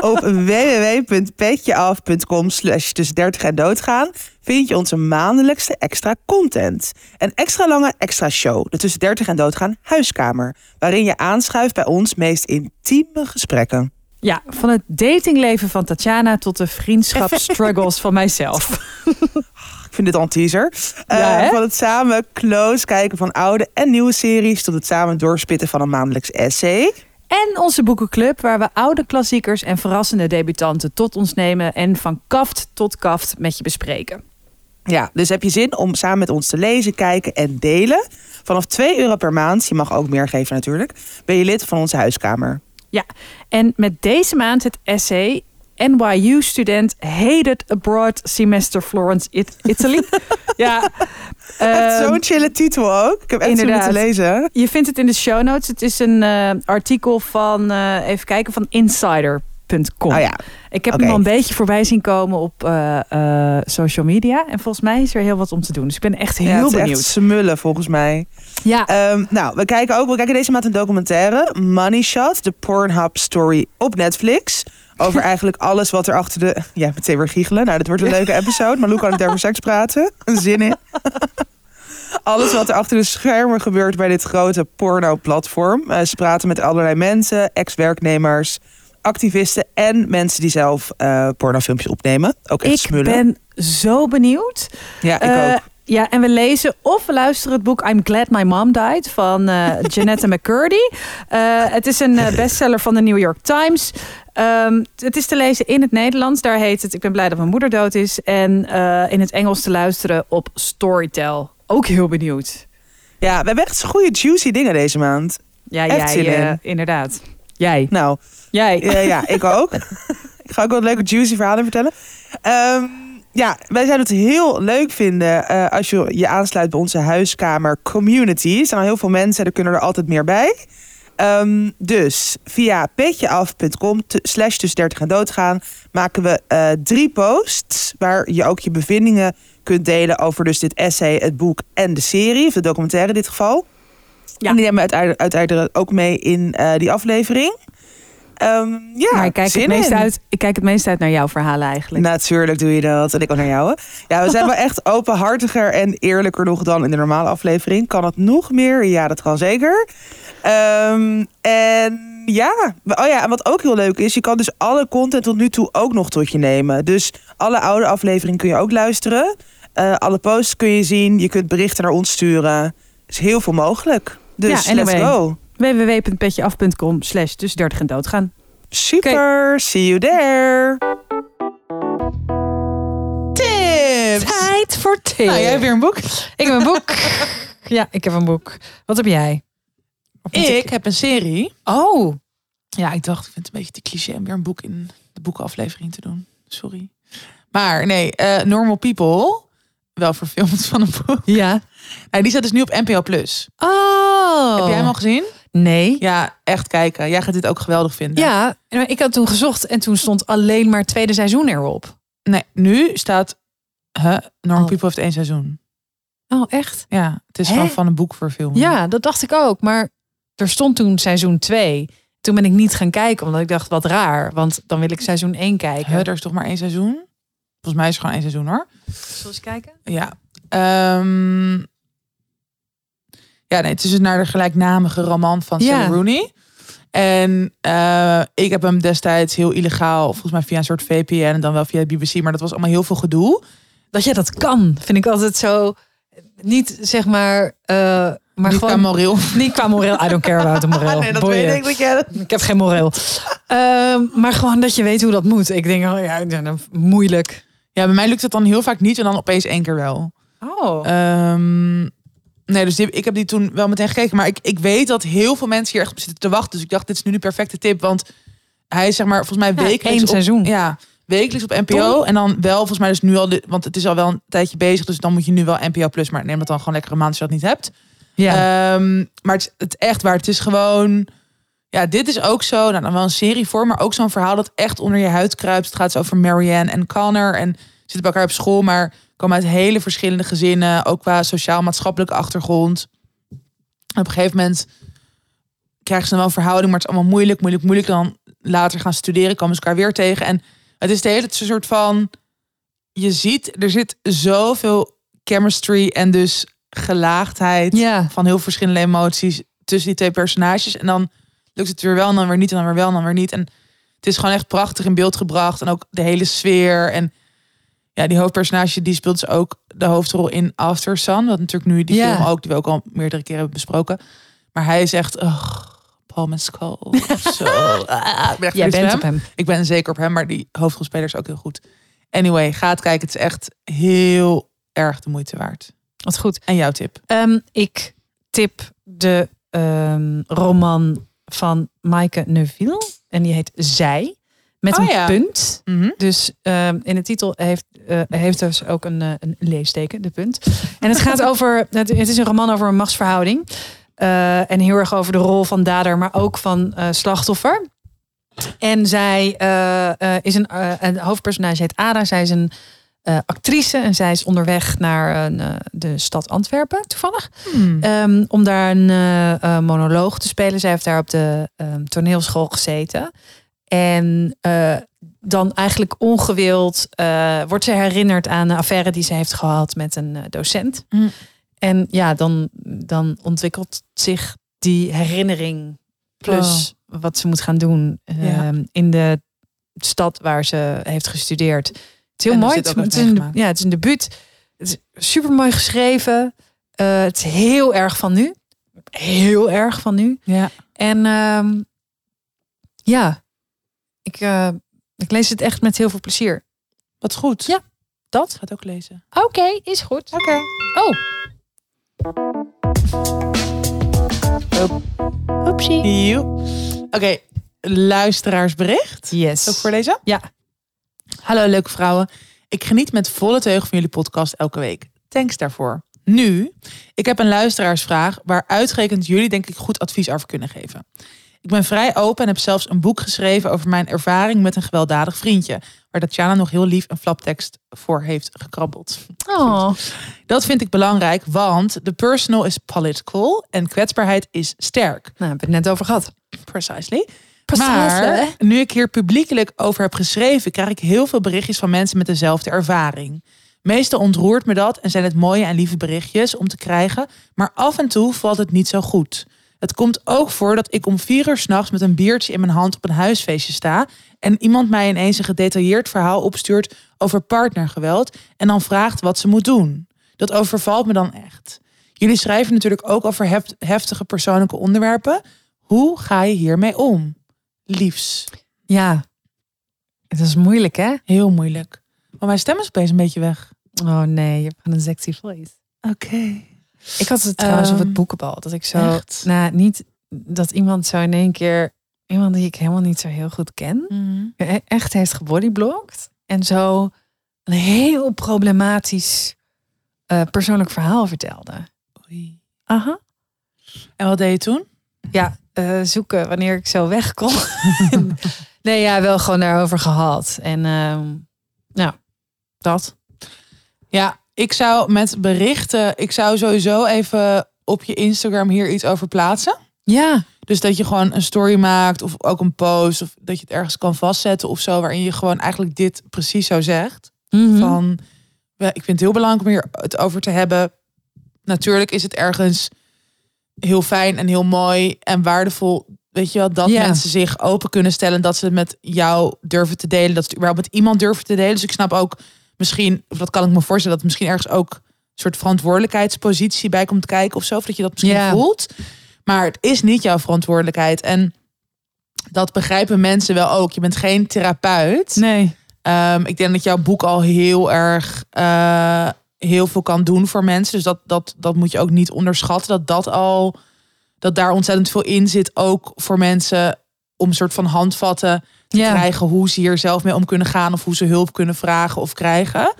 Speaker 5: Op www.petjeaf.com slash tussen 30 en doodgaan vind je onze maandelijkse extra content. Een extra lange extra show, de tussen 30 en doodgaan huiskamer, waarin je aanschuift bij ons meest intieme gesprekken.
Speaker 1: Ja, van het datingleven van Tatjana tot de vriendschapsstruggles van mijzelf.
Speaker 5: Ik vind dit al een teaser.
Speaker 1: Ja,
Speaker 5: Eh,
Speaker 1: hè?
Speaker 5: van het samen close kijken van oude en nieuwe series tot het samen doorspitten van een maandelijks essay.
Speaker 1: En onze boekenclub, waar we oude klassiekers en verrassende debutanten tot ons nemen. En van kaft tot kaft met je bespreken.
Speaker 5: Ja, dus heb je zin om samen met ons te lezen, kijken en delen? Vanaf 2 euro per maand, je mag ook meer geven natuurlijk, ben je lid van onze huiskamer.
Speaker 1: Ja, en met deze maand het essay NYU-student Hated Abroad Semester Florence It- Italy. ja,
Speaker 5: Echt
Speaker 1: ehm,
Speaker 5: Zo'n chille titel ook. Ik heb echt zo
Speaker 1: inderdaad.
Speaker 5: moeten lezen.
Speaker 1: Je vindt het in de show notes. Het is een eh, artikel van, eh, even kijken, van insider.com.
Speaker 5: Oh ja,
Speaker 1: Ik heb
Speaker 5: oké.
Speaker 1: hem al een beetje voorbij zien komen op eh, eh, social media. En volgens mij is er heel wat om te doen. Dus ik ben echt heel
Speaker 5: ja, het is
Speaker 1: benieuwd.
Speaker 5: echt smullen volgens mij.
Speaker 1: Ja,
Speaker 5: Ehm, nou, we kijken ook, we kijken deze maand een documentaire, Money Shot, de Pornhub story op Netflix. Over eigenlijk alles wat er achter de... Ja, meteen weer giechelen. Nou, dit wordt een leuke episode. Maar Lou kan het over seks praten. Zin in. Alles wat er achter de schermen gebeurt bij dit grote porno-platform. Eh, ze praten met allerlei mensen, ex-werknemers, activisten en mensen die zelf eh, pornofilmpjes opnemen. Ook echt
Speaker 6: Ik
Speaker 5: smullen.
Speaker 6: ben zo benieuwd.
Speaker 5: Ja, ik
Speaker 6: Eh,
Speaker 5: ook.
Speaker 6: Ja, en we lezen of we luisteren het boek I'm Glad My Mom Died van eh Janetta McCurdy. Eh, het is een eh, bestseller van de New York Times. Ehm, t- het is te lezen in het Nederlands. Daar heet het Ik ben blij dat mijn moeder dood is. En eh, in het Engels te luisteren op Storytel. Ook heel benieuwd.
Speaker 5: Ja, we hebben echt goede juicy dingen deze maand.
Speaker 6: Ja,
Speaker 5: Echt
Speaker 6: jij
Speaker 5: zin in.
Speaker 6: eh, inderdaad. Jij.
Speaker 5: Nou,
Speaker 6: Jij.
Speaker 5: ja, ja ik ook. ik ga ook wat leuke juicy verhalen vertellen. Ehm, ja, wij zouden het heel leuk vinden eh, als je je aansluit bij onze huiskamer community. Er zijn al heel veel mensen, er kunnen er altijd meer bij. Ehm, dus via petjeaf.com t- slash tussen 30 en doodgaan maken we eh, drie posts waar je ook je bevindingen kunt delen over dus dit essay, het boek en de serie, of de documentaire in dit geval.
Speaker 6: Ja.
Speaker 5: En die nemen we uiteindelijk- uiteindelijk ook mee in eh, die aflevering. Ehm, ja,
Speaker 6: maar ik kijk,
Speaker 5: zin
Speaker 6: het meest
Speaker 5: in. Nou.
Speaker 6: uit, ik kijk het meest uit naar jouw verhalen eigenlijk.
Speaker 5: Natuurlijk doe je dat. En ik ook naar jou. hè. Ja, we zijn wel echt openhartiger en eerlijker nog dan in de normale aflevering. Kan het nog meer? Ja, dat kan zeker. Ehm, en ja, oh ja, en wat ook heel leuk is, je kan dus alle content tot nu toe ook nog tot je nemen. Dus alle oude afleveringen kun je ook luisteren. Eh, alle posts kun je zien. Je kunt berichten naar ons sturen. Er is heel veel mogelijk. Dus
Speaker 6: Ja, anyway.
Speaker 5: let's go.
Speaker 6: www.petjeaf.com slash tussen 30 en doodgaan.
Speaker 5: Super. See you there.
Speaker 2: Tips!
Speaker 1: Tijd voor thee.
Speaker 2: Nou, jij hebt weer een boek.
Speaker 1: Ik heb een boek. ja, ik heb een boek. Wat heb jij? Of moet
Speaker 2: Ik heb een serie.
Speaker 1: Oh,
Speaker 2: Ja, ik dacht, ik vind het een beetje te cliché om weer een boek in de boekenaflevering te doen. Sorry. Maar nee, eh, Normal People. Wel verfilmd van een boek.
Speaker 1: ja.
Speaker 2: Nou, die staat dus nu op NPO+. Plus.
Speaker 1: Oh.
Speaker 2: Heb jij hem al gezien?
Speaker 1: Nee.
Speaker 2: Ja, echt kijken. Jij gaat dit ook geweldig vinden.
Speaker 1: Ja, maar ik had toen gezocht en toen stond alleen maar het tweede seizoen erop.
Speaker 2: Nee, nu staat... Huh? Normal
Speaker 1: Oh.
Speaker 2: People heeft één seizoen.
Speaker 1: Oh, echt?
Speaker 2: Ja, het is
Speaker 1: Hè?
Speaker 2: gewoon van een boek verfilmd.
Speaker 1: Ja, dat dacht ik ook. Maar er stond toen seizoen 2. Toen ben ik niet gaan kijken, omdat ik dacht, wat raar. Want dan wil ik seizoen 1 kijken.
Speaker 2: Huh, er is toch maar één seizoen? Volgens mij is het gewoon één seizoen, hoor.
Speaker 1: Zullen we eens kijken?
Speaker 2: Ja. Ehm, ja, nee, het is dus naar de gelijknamige roman van
Speaker 1: Ja.
Speaker 2: Sally Rooney. En eh, ik heb hem destijds heel illegaal, volgens mij via een soort VPN en dan wel via de BBC, maar dat was allemaal heel veel gedoe.
Speaker 1: Dat jij dat kan, vind ik altijd zo... Niet zeg maar... eh, maar
Speaker 2: Niet
Speaker 1: gewoon...
Speaker 2: qua moreel.
Speaker 1: Niet qua moreel. I don't care about the moreel. Boeien.
Speaker 5: dat jij dat...
Speaker 1: Ik heb geen moreel. Ehm, maar gewoon dat je weet hoe dat moet. Ik denk, oh ja, dan- moeilijk.
Speaker 2: Ja, bij mij lukt het dan heel vaak niet en dan opeens één keer wel.
Speaker 1: Oh.
Speaker 2: Ehm, nee, dus die, ik heb die toen wel meteen gekeken. Maar ik, ik weet dat heel veel mensen hier echt op zitten te wachten. Dus ik dacht, dit is nu de perfecte tip. Want hij is zeg maar volgens mij
Speaker 1: Ja,
Speaker 2: wekelijks
Speaker 1: één
Speaker 2: op,
Speaker 1: seizoen.
Speaker 2: Ja, wekelijks op NPO. En dan wel volgens mij dus nu al... De, want het is al wel een tijdje bezig. Dus dan moet je nu wel NPO Plus. Maar neem dat dan gewoon lekker een maand als je dat niet hebt.
Speaker 1: Ja.
Speaker 2: Ehm, maar het, is- het echt waar. Het is gewoon... Ja, dit is ook zo. Nou, dan wel een serie voor. Maar ook zo'n verhaal dat echt onder je huid kruipt. Het gaat zo over Marianne en Connor. En zitten bij elkaar op school. Maar komen uit hele verschillende gezinnen. Ook qua sociaal-maatschappelijke achtergrond. En op een gegeven moment krijgen ze dan wel een verhouding. Maar het is allemaal moeilijk, moeilijk, moeilijk. Dan later gaan studeren. Komen ze elkaar weer tegen. En het is de hele tijd zo'n soort van... Je ziet, er zit zoveel chemistry en dus gelaagdheid
Speaker 1: ja.
Speaker 2: van heel verschillende emoties tussen die twee personages. En dan lukt het weer wel en dan weer niet en dan weer wel en dan weer niet. En het is gewoon echt prachtig in beeld gebracht. En ook de hele sfeer. En ja, die hoofdpersonage die speelt dus ook de hoofdrol in After Sun. Wat natuurlijk nu die
Speaker 1: Ja.
Speaker 2: film ook, die we ook al meerdere keren hebben besproken. Maar hij is echt... eh, ugh, Paul Mescal. Zo. ah, ik ben echt
Speaker 1: Jij
Speaker 2: verliefd op
Speaker 1: bent
Speaker 2: hem.
Speaker 1: op hem.
Speaker 2: Ik ben zeker op hem, maar die hoofdrolspeler is ook heel goed. Anyway, ga het kijken. Het is echt heel erg de moeite waard.
Speaker 1: Wat goed.
Speaker 2: En jouw tip?
Speaker 1: Ehm, ik tip de ehm, roman van Maaike Neuville. En die heet Zij. Met
Speaker 2: Oh
Speaker 1: een
Speaker 2: ja.
Speaker 1: punt.
Speaker 2: Mhm.
Speaker 1: Dus ehm, in de titel heeft, eh, heeft dus ook een, eh, een leesteken, de punt. En het gaat over, het, het is een roman over een machtsverhouding. Eh, en heel erg over de rol van dader, maar ook van eh, slachtoffer. En zij eh, eh, is een, eh, een hoofdpersonage, heet Ada. Zij is een eh, actrice en zij is onderweg naar een, eh, de stad Antwerpen, toevallig.
Speaker 2: Hmm. Mm.
Speaker 1: Ehm, om daar een eh, eh, monoloog te spelen. Zij heeft daar op de ehm, toneelschool gezeten. En eh, dan eigenlijk ongewild eh, wordt ze herinnerd aan een affaire die ze heeft gehad met een eh, docent.
Speaker 2: Mm.
Speaker 1: En ja, dan, dan ontwikkelt zich die herinnering plus wat ze moet gaan doen eh,
Speaker 2: Oh. Ja.
Speaker 1: in de stad waar ze heeft gestudeerd. Het is heel
Speaker 2: En er
Speaker 1: mooi.
Speaker 2: zit
Speaker 1: Het,
Speaker 2: ook wat
Speaker 1: is een,
Speaker 2: meegemaakt.
Speaker 1: ja, het is een debuut. Het is super mooi geschreven. Eh, het is heel erg van nu. Heel erg van nu.
Speaker 2: Ja.
Speaker 1: En ehm, ja, ik, eh, ik lees het echt met heel veel plezier.
Speaker 2: Wat goed.
Speaker 1: Ja, dat.
Speaker 2: Ik ga het ook lezen.
Speaker 3: Oké, is goed. Oké. Oh. Oepsie.
Speaker 2: Joep. Oké, luisteraarsbericht.
Speaker 1: Yes.
Speaker 2: Zal ik voorlezen?
Speaker 1: Ja.
Speaker 2: Hallo leuke vrouwen. Ik geniet met volle teugen van jullie podcast elke week. Thanks daarvoor. Nu, ik heb een luisteraarsvraag waar uitgerekend jullie denk ik goed advies over kunnen geven. Ik ben vrij open en heb zelfs een boek geschreven over mijn ervaring met een gewelddadig vriendje. Waar Tatjana nog heel lief een flaptekst voor heeft gekrabbeld.
Speaker 1: Oh.
Speaker 2: Dat vind ik belangrijk, want de personal is political en kwetsbaarheid is sterk.
Speaker 1: Nou, heb ik het net over gehad.
Speaker 2: Precisely.
Speaker 1: Precies, hè?
Speaker 2: Maar nu ik hier publiekelijk over heb geschreven, krijg ik heel veel berichtjes van mensen met dezelfde ervaring. Meestal ontroert me dat en zijn het mooie en lieve berichtjes om te krijgen, maar af en toe valt het niet zo goed. Het komt ook voor dat ik om vier uur s'nachts met een biertje in mijn hand op een huisfeestje sta en iemand mij ineens een gedetailleerd verhaal opstuurt over partnergeweld en dan vraagt wat ze moet doen. Dat overvalt me dan echt. Jullie schrijven natuurlijk ook over heft- heftige persoonlijke onderwerpen. Hoe ga je hiermee om? Liefs.
Speaker 1: Ja. Het is moeilijk, hè?
Speaker 2: Heel moeilijk. Maar mijn stem is opeens een beetje weg.
Speaker 1: Oh nee, je hebt gewoon een sexy voice.
Speaker 2: Oké.
Speaker 1: Ik had het trouwens op
Speaker 2: Ehm,
Speaker 1: het boekenbal. Dat ik zo...
Speaker 2: echt?
Speaker 1: Nou, niet dat iemand zo in één keer... Iemand die ik helemaal niet zo heel goed ken...
Speaker 2: Mhm.
Speaker 1: e- echt heeft gebodyblocked. En zo een heel problematisch eh, persoonlijk verhaal vertelde.
Speaker 2: Oei.
Speaker 1: Aha.
Speaker 2: En wat deed je toen?
Speaker 1: Ja, eh, zoeken wanneer ik zo weg kon. nee, ja, wel gewoon daarover gehad. En ehm, nou, dat.
Speaker 2: Ja, ik zou met berichten, ik zou sowieso even op je Instagram hier iets over plaatsen.
Speaker 1: Ja,
Speaker 2: Dus dat je gewoon een story maakt of ook een post of dat je het ergens kan vastzetten of zo, waarin je gewoon eigenlijk dit precies zo zegt.
Speaker 1: Mhm.
Speaker 2: Van, we- ik vind het heel belangrijk om hier het over te hebben. Natuurlijk is het ergens heel fijn en heel mooi en waardevol. Weet je wel, dat
Speaker 1: Ja.
Speaker 2: mensen zich open kunnen stellen. Dat ze het met jou durven te delen. Dat ze het überhaupt met iemand durven te delen. Dus ik snap ook misschien, of dat kan ik me voorstellen, dat misschien ergens ook een soort verantwoordelijkheidspositie bij komt kijken of zo. Of dat je dat misschien
Speaker 1: Ja.
Speaker 2: voelt. Maar het is niet jouw verantwoordelijkheid. En dat begrijpen mensen wel ook. Je bent geen therapeut.
Speaker 1: nee.
Speaker 2: Ehm, ik denk dat jouw boek al heel erg eh, heel veel kan doen voor mensen. Dus dat, dat, dat moet je ook niet onderschatten. Dat dat al dat daar ontzettend veel in zit, ook voor mensen om een soort van handvatten te
Speaker 1: Ja.
Speaker 2: krijgen hoe ze hier zelf mee om kunnen gaan of hoe ze hulp kunnen vragen of krijgen.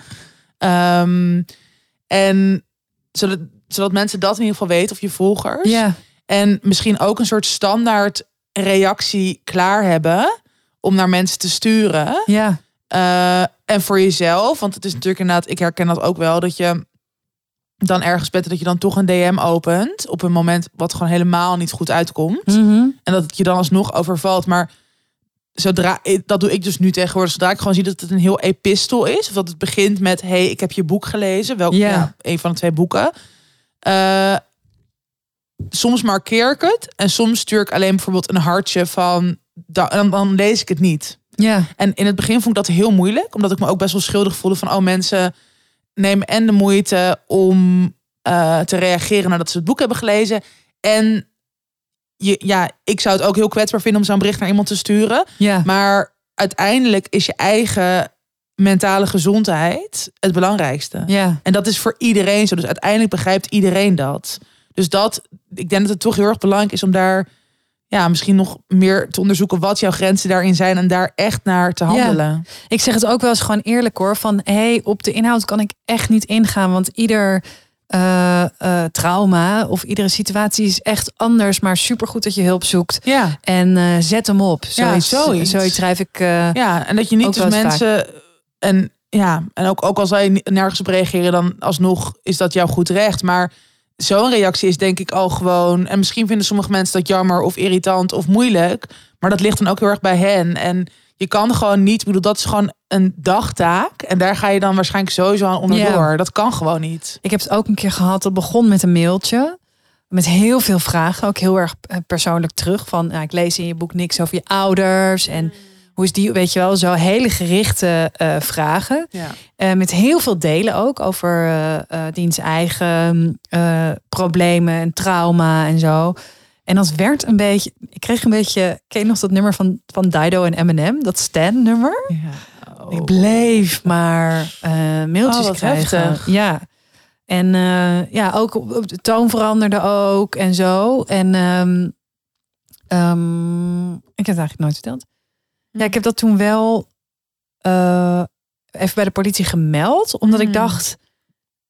Speaker 2: Ehm, en zodat, zodat mensen dat in ieder geval weten of je volgers.
Speaker 1: Ja,
Speaker 2: En misschien ook een soort standaard reactie klaar hebben om naar mensen te sturen.
Speaker 1: ja,
Speaker 2: Eh, en voor jezelf, want het is natuurlijk inderdaad, ik herken dat ook wel, dat je dan ergens bent en dat je dan toch een DM opent op een moment wat gewoon helemaal niet goed uitkomt.
Speaker 1: Mhm.
Speaker 2: En dat het je dan alsnog overvalt. Maar zodra, dat doe ik dus nu tegenwoordig, zodra ik gewoon zie dat het een heel epistel is, of dat het begint met, hey, ik heb je boek gelezen, welk,
Speaker 1: Ja.
Speaker 2: ja, een van de twee boeken. Eh, soms markeer ik het en soms stuur ik alleen bijvoorbeeld een hartje van, da- dan, dan lees ik het niet.
Speaker 1: ja,
Speaker 2: En in het begin vond ik dat heel moeilijk, omdat ik me ook best wel schuldig voelde van, oh mensen nemen en de moeite om eh, te reageren nadat ze het boek hebben gelezen. En je, ja, ik zou het ook heel kwetsbaar vinden om zo'n bericht naar iemand te sturen.
Speaker 1: ja.
Speaker 2: Maar uiteindelijk is je eigen mentale gezondheid het belangrijkste.
Speaker 1: ja.
Speaker 2: En dat is voor iedereen zo. Dus uiteindelijk begrijpt iedereen dat. Dus dat, ik denk dat het toch heel erg belangrijk is om daar ja, misschien nog meer te onderzoeken wat jouw grenzen daarin zijn en daar echt naar te handelen.
Speaker 1: Ik zeg het ook wel eens gewoon eerlijk hoor. Van hé, hey, op de inhoud kan ik echt niet ingaan. Want ieder eh, eh, trauma of iedere situatie is echt anders. Maar supergoed dat je hulp zoekt.
Speaker 2: Ja.
Speaker 1: En eh, zet hem op. Zoiets,
Speaker 2: zoiets.
Speaker 1: zoiets. schrijf ik. eh,
Speaker 2: ja, en dat je niet
Speaker 1: Ook
Speaker 2: dus
Speaker 1: wel eens
Speaker 2: mensen en ja, en ook, ook al zou je ni- nergens op reageren, dan alsnog is dat jouw goed recht. Maar zo'n reactie is denk ik al gewoon... En misschien vinden sommige mensen dat jammer of irritant of moeilijk. Maar dat ligt dan ook heel erg bij hen. En je kan gewoon niet... Ik bedoel, dat is gewoon een dagtaak. En daar ga je dan waarschijnlijk sowieso aan onderdoor. Dat kan gewoon niet.
Speaker 1: Ik heb het ook een keer gehad. Dat begon met een mailtje. Met heel veel vragen. Ook heel erg eh, persoonlijk terug. Van nou, ik lees in je boek niks over je ouders. En hoe is die, weet je wel, zo hele gerichte eh, vragen.
Speaker 2: Ja.
Speaker 1: Eh, met heel veel delen ook over eh eh, diens eigen eh, problemen en trauma en zo. En dat werd een beetje, ik kreeg een beetje, ken je nog dat nummer van, van Dido en Eminem? Dat Stan-nummer? Ik bleef maar eh, mailtjes
Speaker 2: Oh, wat
Speaker 1: krijgen.
Speaker 2: heftig.
Speaker 1: Ja. En eh, ja, ook op- op de toon veranderde ook en zo. En ehm, ehm, ik heb het eigenlijk nooit verteld.
Speaker 2: Hm.
Speaker 1: Ja, ik heb dat toen wel eh, even bij de politie gemeld. Omdat ik
Speaker 2: Mm.
Speaker 1: dacht,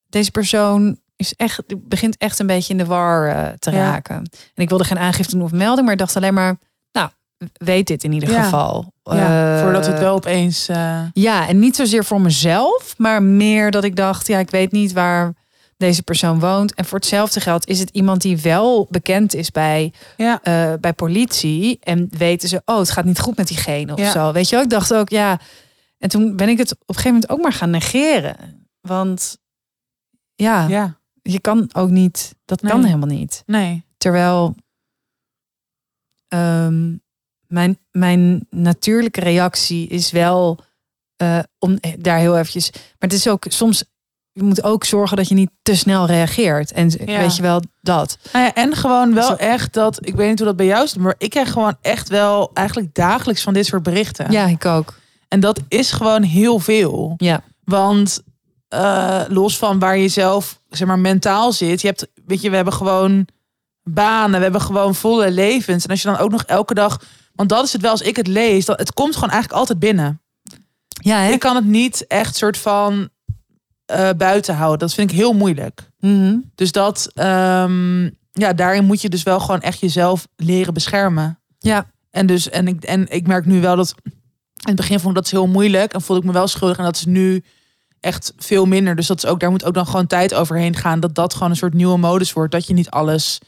Speaker 1: deze persoon is echt, begint echt een beetje in de war eh, te
Speaker 2: Ja.
Speaker 1: raken. En ik wilde geen aangifte doen of melding, maar ik dacht alleen maar, nou, weet dit in ieder
Speaker 2: Ja.
Speaker 1: geval.
Speaker 2: Ja,
Speaker 1: Eh,
Speaker 2: voordat het wel opeens... eh,
Speaker 1: Ja, en niet zozeer voor mezelf, maar meer dat ik dacht, ja, ik weet niet waar deze persoon woont. En voor hetzelfde geld is het iemand die wel bekend is bij,
Speaker 2: ja.
Speaker 1: eh, bij politie. En weten ze, oh, het gaat niet goed met diegene of
Speaker 2: Ja.
Speaker 1: zo. Weet je wel, ik dacht ook, ja. En toen ben ik het op een gegeven moment ook maar gaan negeren. Want ja,
Speaker 2: ja,
Speaker 1: je kan ook niet, dat kan
Speaker 2: Nee.
Speaker 1: helemaal niet.
Speaker 2: nee.
Speaker 1: Terwijl ehm, mijn, mijn natuurlijke reactie is wel eh, om eh, daar heel eventjes. Maar het is ook soms. Je moet ook zorgen dat je niet te snel reageert. En
Speaker 2: Ja.
Speaker 1: weet je wel dat.
Speaker 2: Nou ja, en gewoon wel
Speaker 1: Zo-
Speaker 2: echt dat, ik weet niet hoe dat bij jou is, maar ik krijg gewoon echt wel eigenlijk dagelijks van dit soort berichten.
Speaker 1: Ja, ik ook.
Speaker 2: En dat is gewoon heel veel.
Speaker 1: Ja.
Speaker 2: Want eh, los van waar je zelf zeg maar, mentaal zit, je hebt, weet je, we hebben gewoon banen, we hebben gewoon volle levens. En als je dan ook nog elke dag, want dat is het wel als ik het lees, dat, het komt gewoon eigenlijk altijd binnen.
Speaker 1: Ja, hè?
Speaker 2: Ik kan het niet echt soort van eh, buiten houden. Dat vind ik heel moeilijk.
Speaker 1: Mhm.
Speaker 2: Dus dat, ehm, ja, daarin moet je dus wel gewoon echt jezelf leren beschermen.
Speaker 1: Ja.
Speaker 2: En dus, en ik, en ik merk nu wel dat, in het begin vond ik dat dus heel moeilijk en voelde ik me wel schuldig. En dat is nu echt veel minder. Dus dat is ook, daar moet ook dan gewoon tijd overheen gaan. Dat dat gewoon een soort nieuwe modus wordt. Dat je niet alles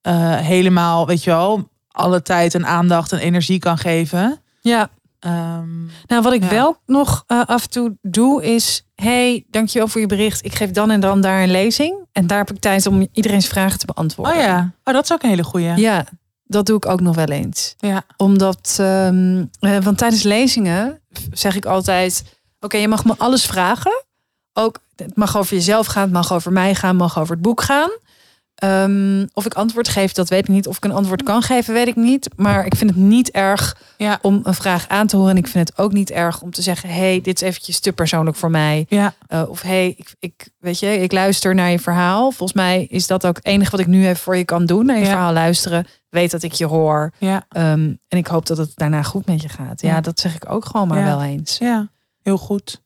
Speaker 2: eh, helemaal, weet je wel, alle tijd en aandacht en energie kan geven.
Speaker 1: Ja.
Speaker 2: Ehm,
Speaker 1: Nou, wat ik
Speaker 2: Ja.
Speaker 1: wel nog eh, af en toe doe is... hey, dankjewel voor je bericht. Ik geef dan en dan daar een lezing. En daar heb ik tijd om iedereen's vragen te beantwoorden.
Speaker 2: oh ja, oh, dat is ook een hele goeie.
Speaker 1: Ja, dat doe ik ook nog wel eens.
Speaker 2: Ja.
Speaker 1: Omdat, ehm, eh, want tijdens lezingen zeg ik altijd: Oké, je mag me alles vragen. Ook, het mag over jezelf gaan, het mag over mij gaan, het mag over het boek gaan. Ehm, of ik antwoord geef, dat weet ik niet. Of ik een antwoord kan geven, weet ik niet. Maar ik vind het niet erg
Speaker 2: Ja.
Speaker 1: om een vraag aan te horen. En ik vind het ook niet erg om te zeggen: hey, dit is eventjes te persoonlijk voor mij.
Speaker 2: Ja.
Speaker 1: Eh, of hey, ik, ik, weet je, ik luister naar je verhaal. Volgens mij is dat ook het enige wat ik nu even voor je kan doen. Naar je
Speaker 2: Ja.
Speaker 1: verhaal luisteren. Weet dat ik je hoor.
Speaker 2: Ja.
Speaker 1: Ehm, en ik hoop dat het daarna goed met je gaat. Ja,
Speaker 2: Ja.
Speaker 1: dat zeg ik ook gewoon maar
Speaker 2: Ja.
Speaker 1: wel eens.
Speaker 2: ja, heel goed.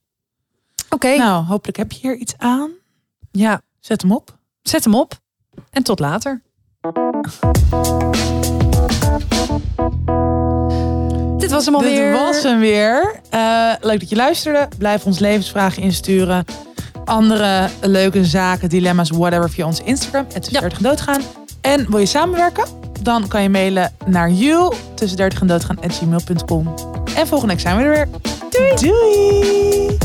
Speaker 1: Oké,
Speaker 2: Nou, hopelijk heb je hier iets aan.
Speaker 1: ja,
Speaker 2: Zet hem op.
Speaker 1: zet hem op. En tot later. Dit was hem alweer.
Speaker 2: Dit was hem weer. Eh, leuk dat je luisterde. Blijf ons levensvragen insturen. Andere leuke zaken, dilemma's, whatever via ons Instagram. Het tussen
Speaker 1: Ja.
Speaker 2: 30 en doodgaan. En wil je samenwerken? Dan kan je mailen naar you tussen 30 en doodgaan at gmail.com. En volgende week zijn we er weer. Doei!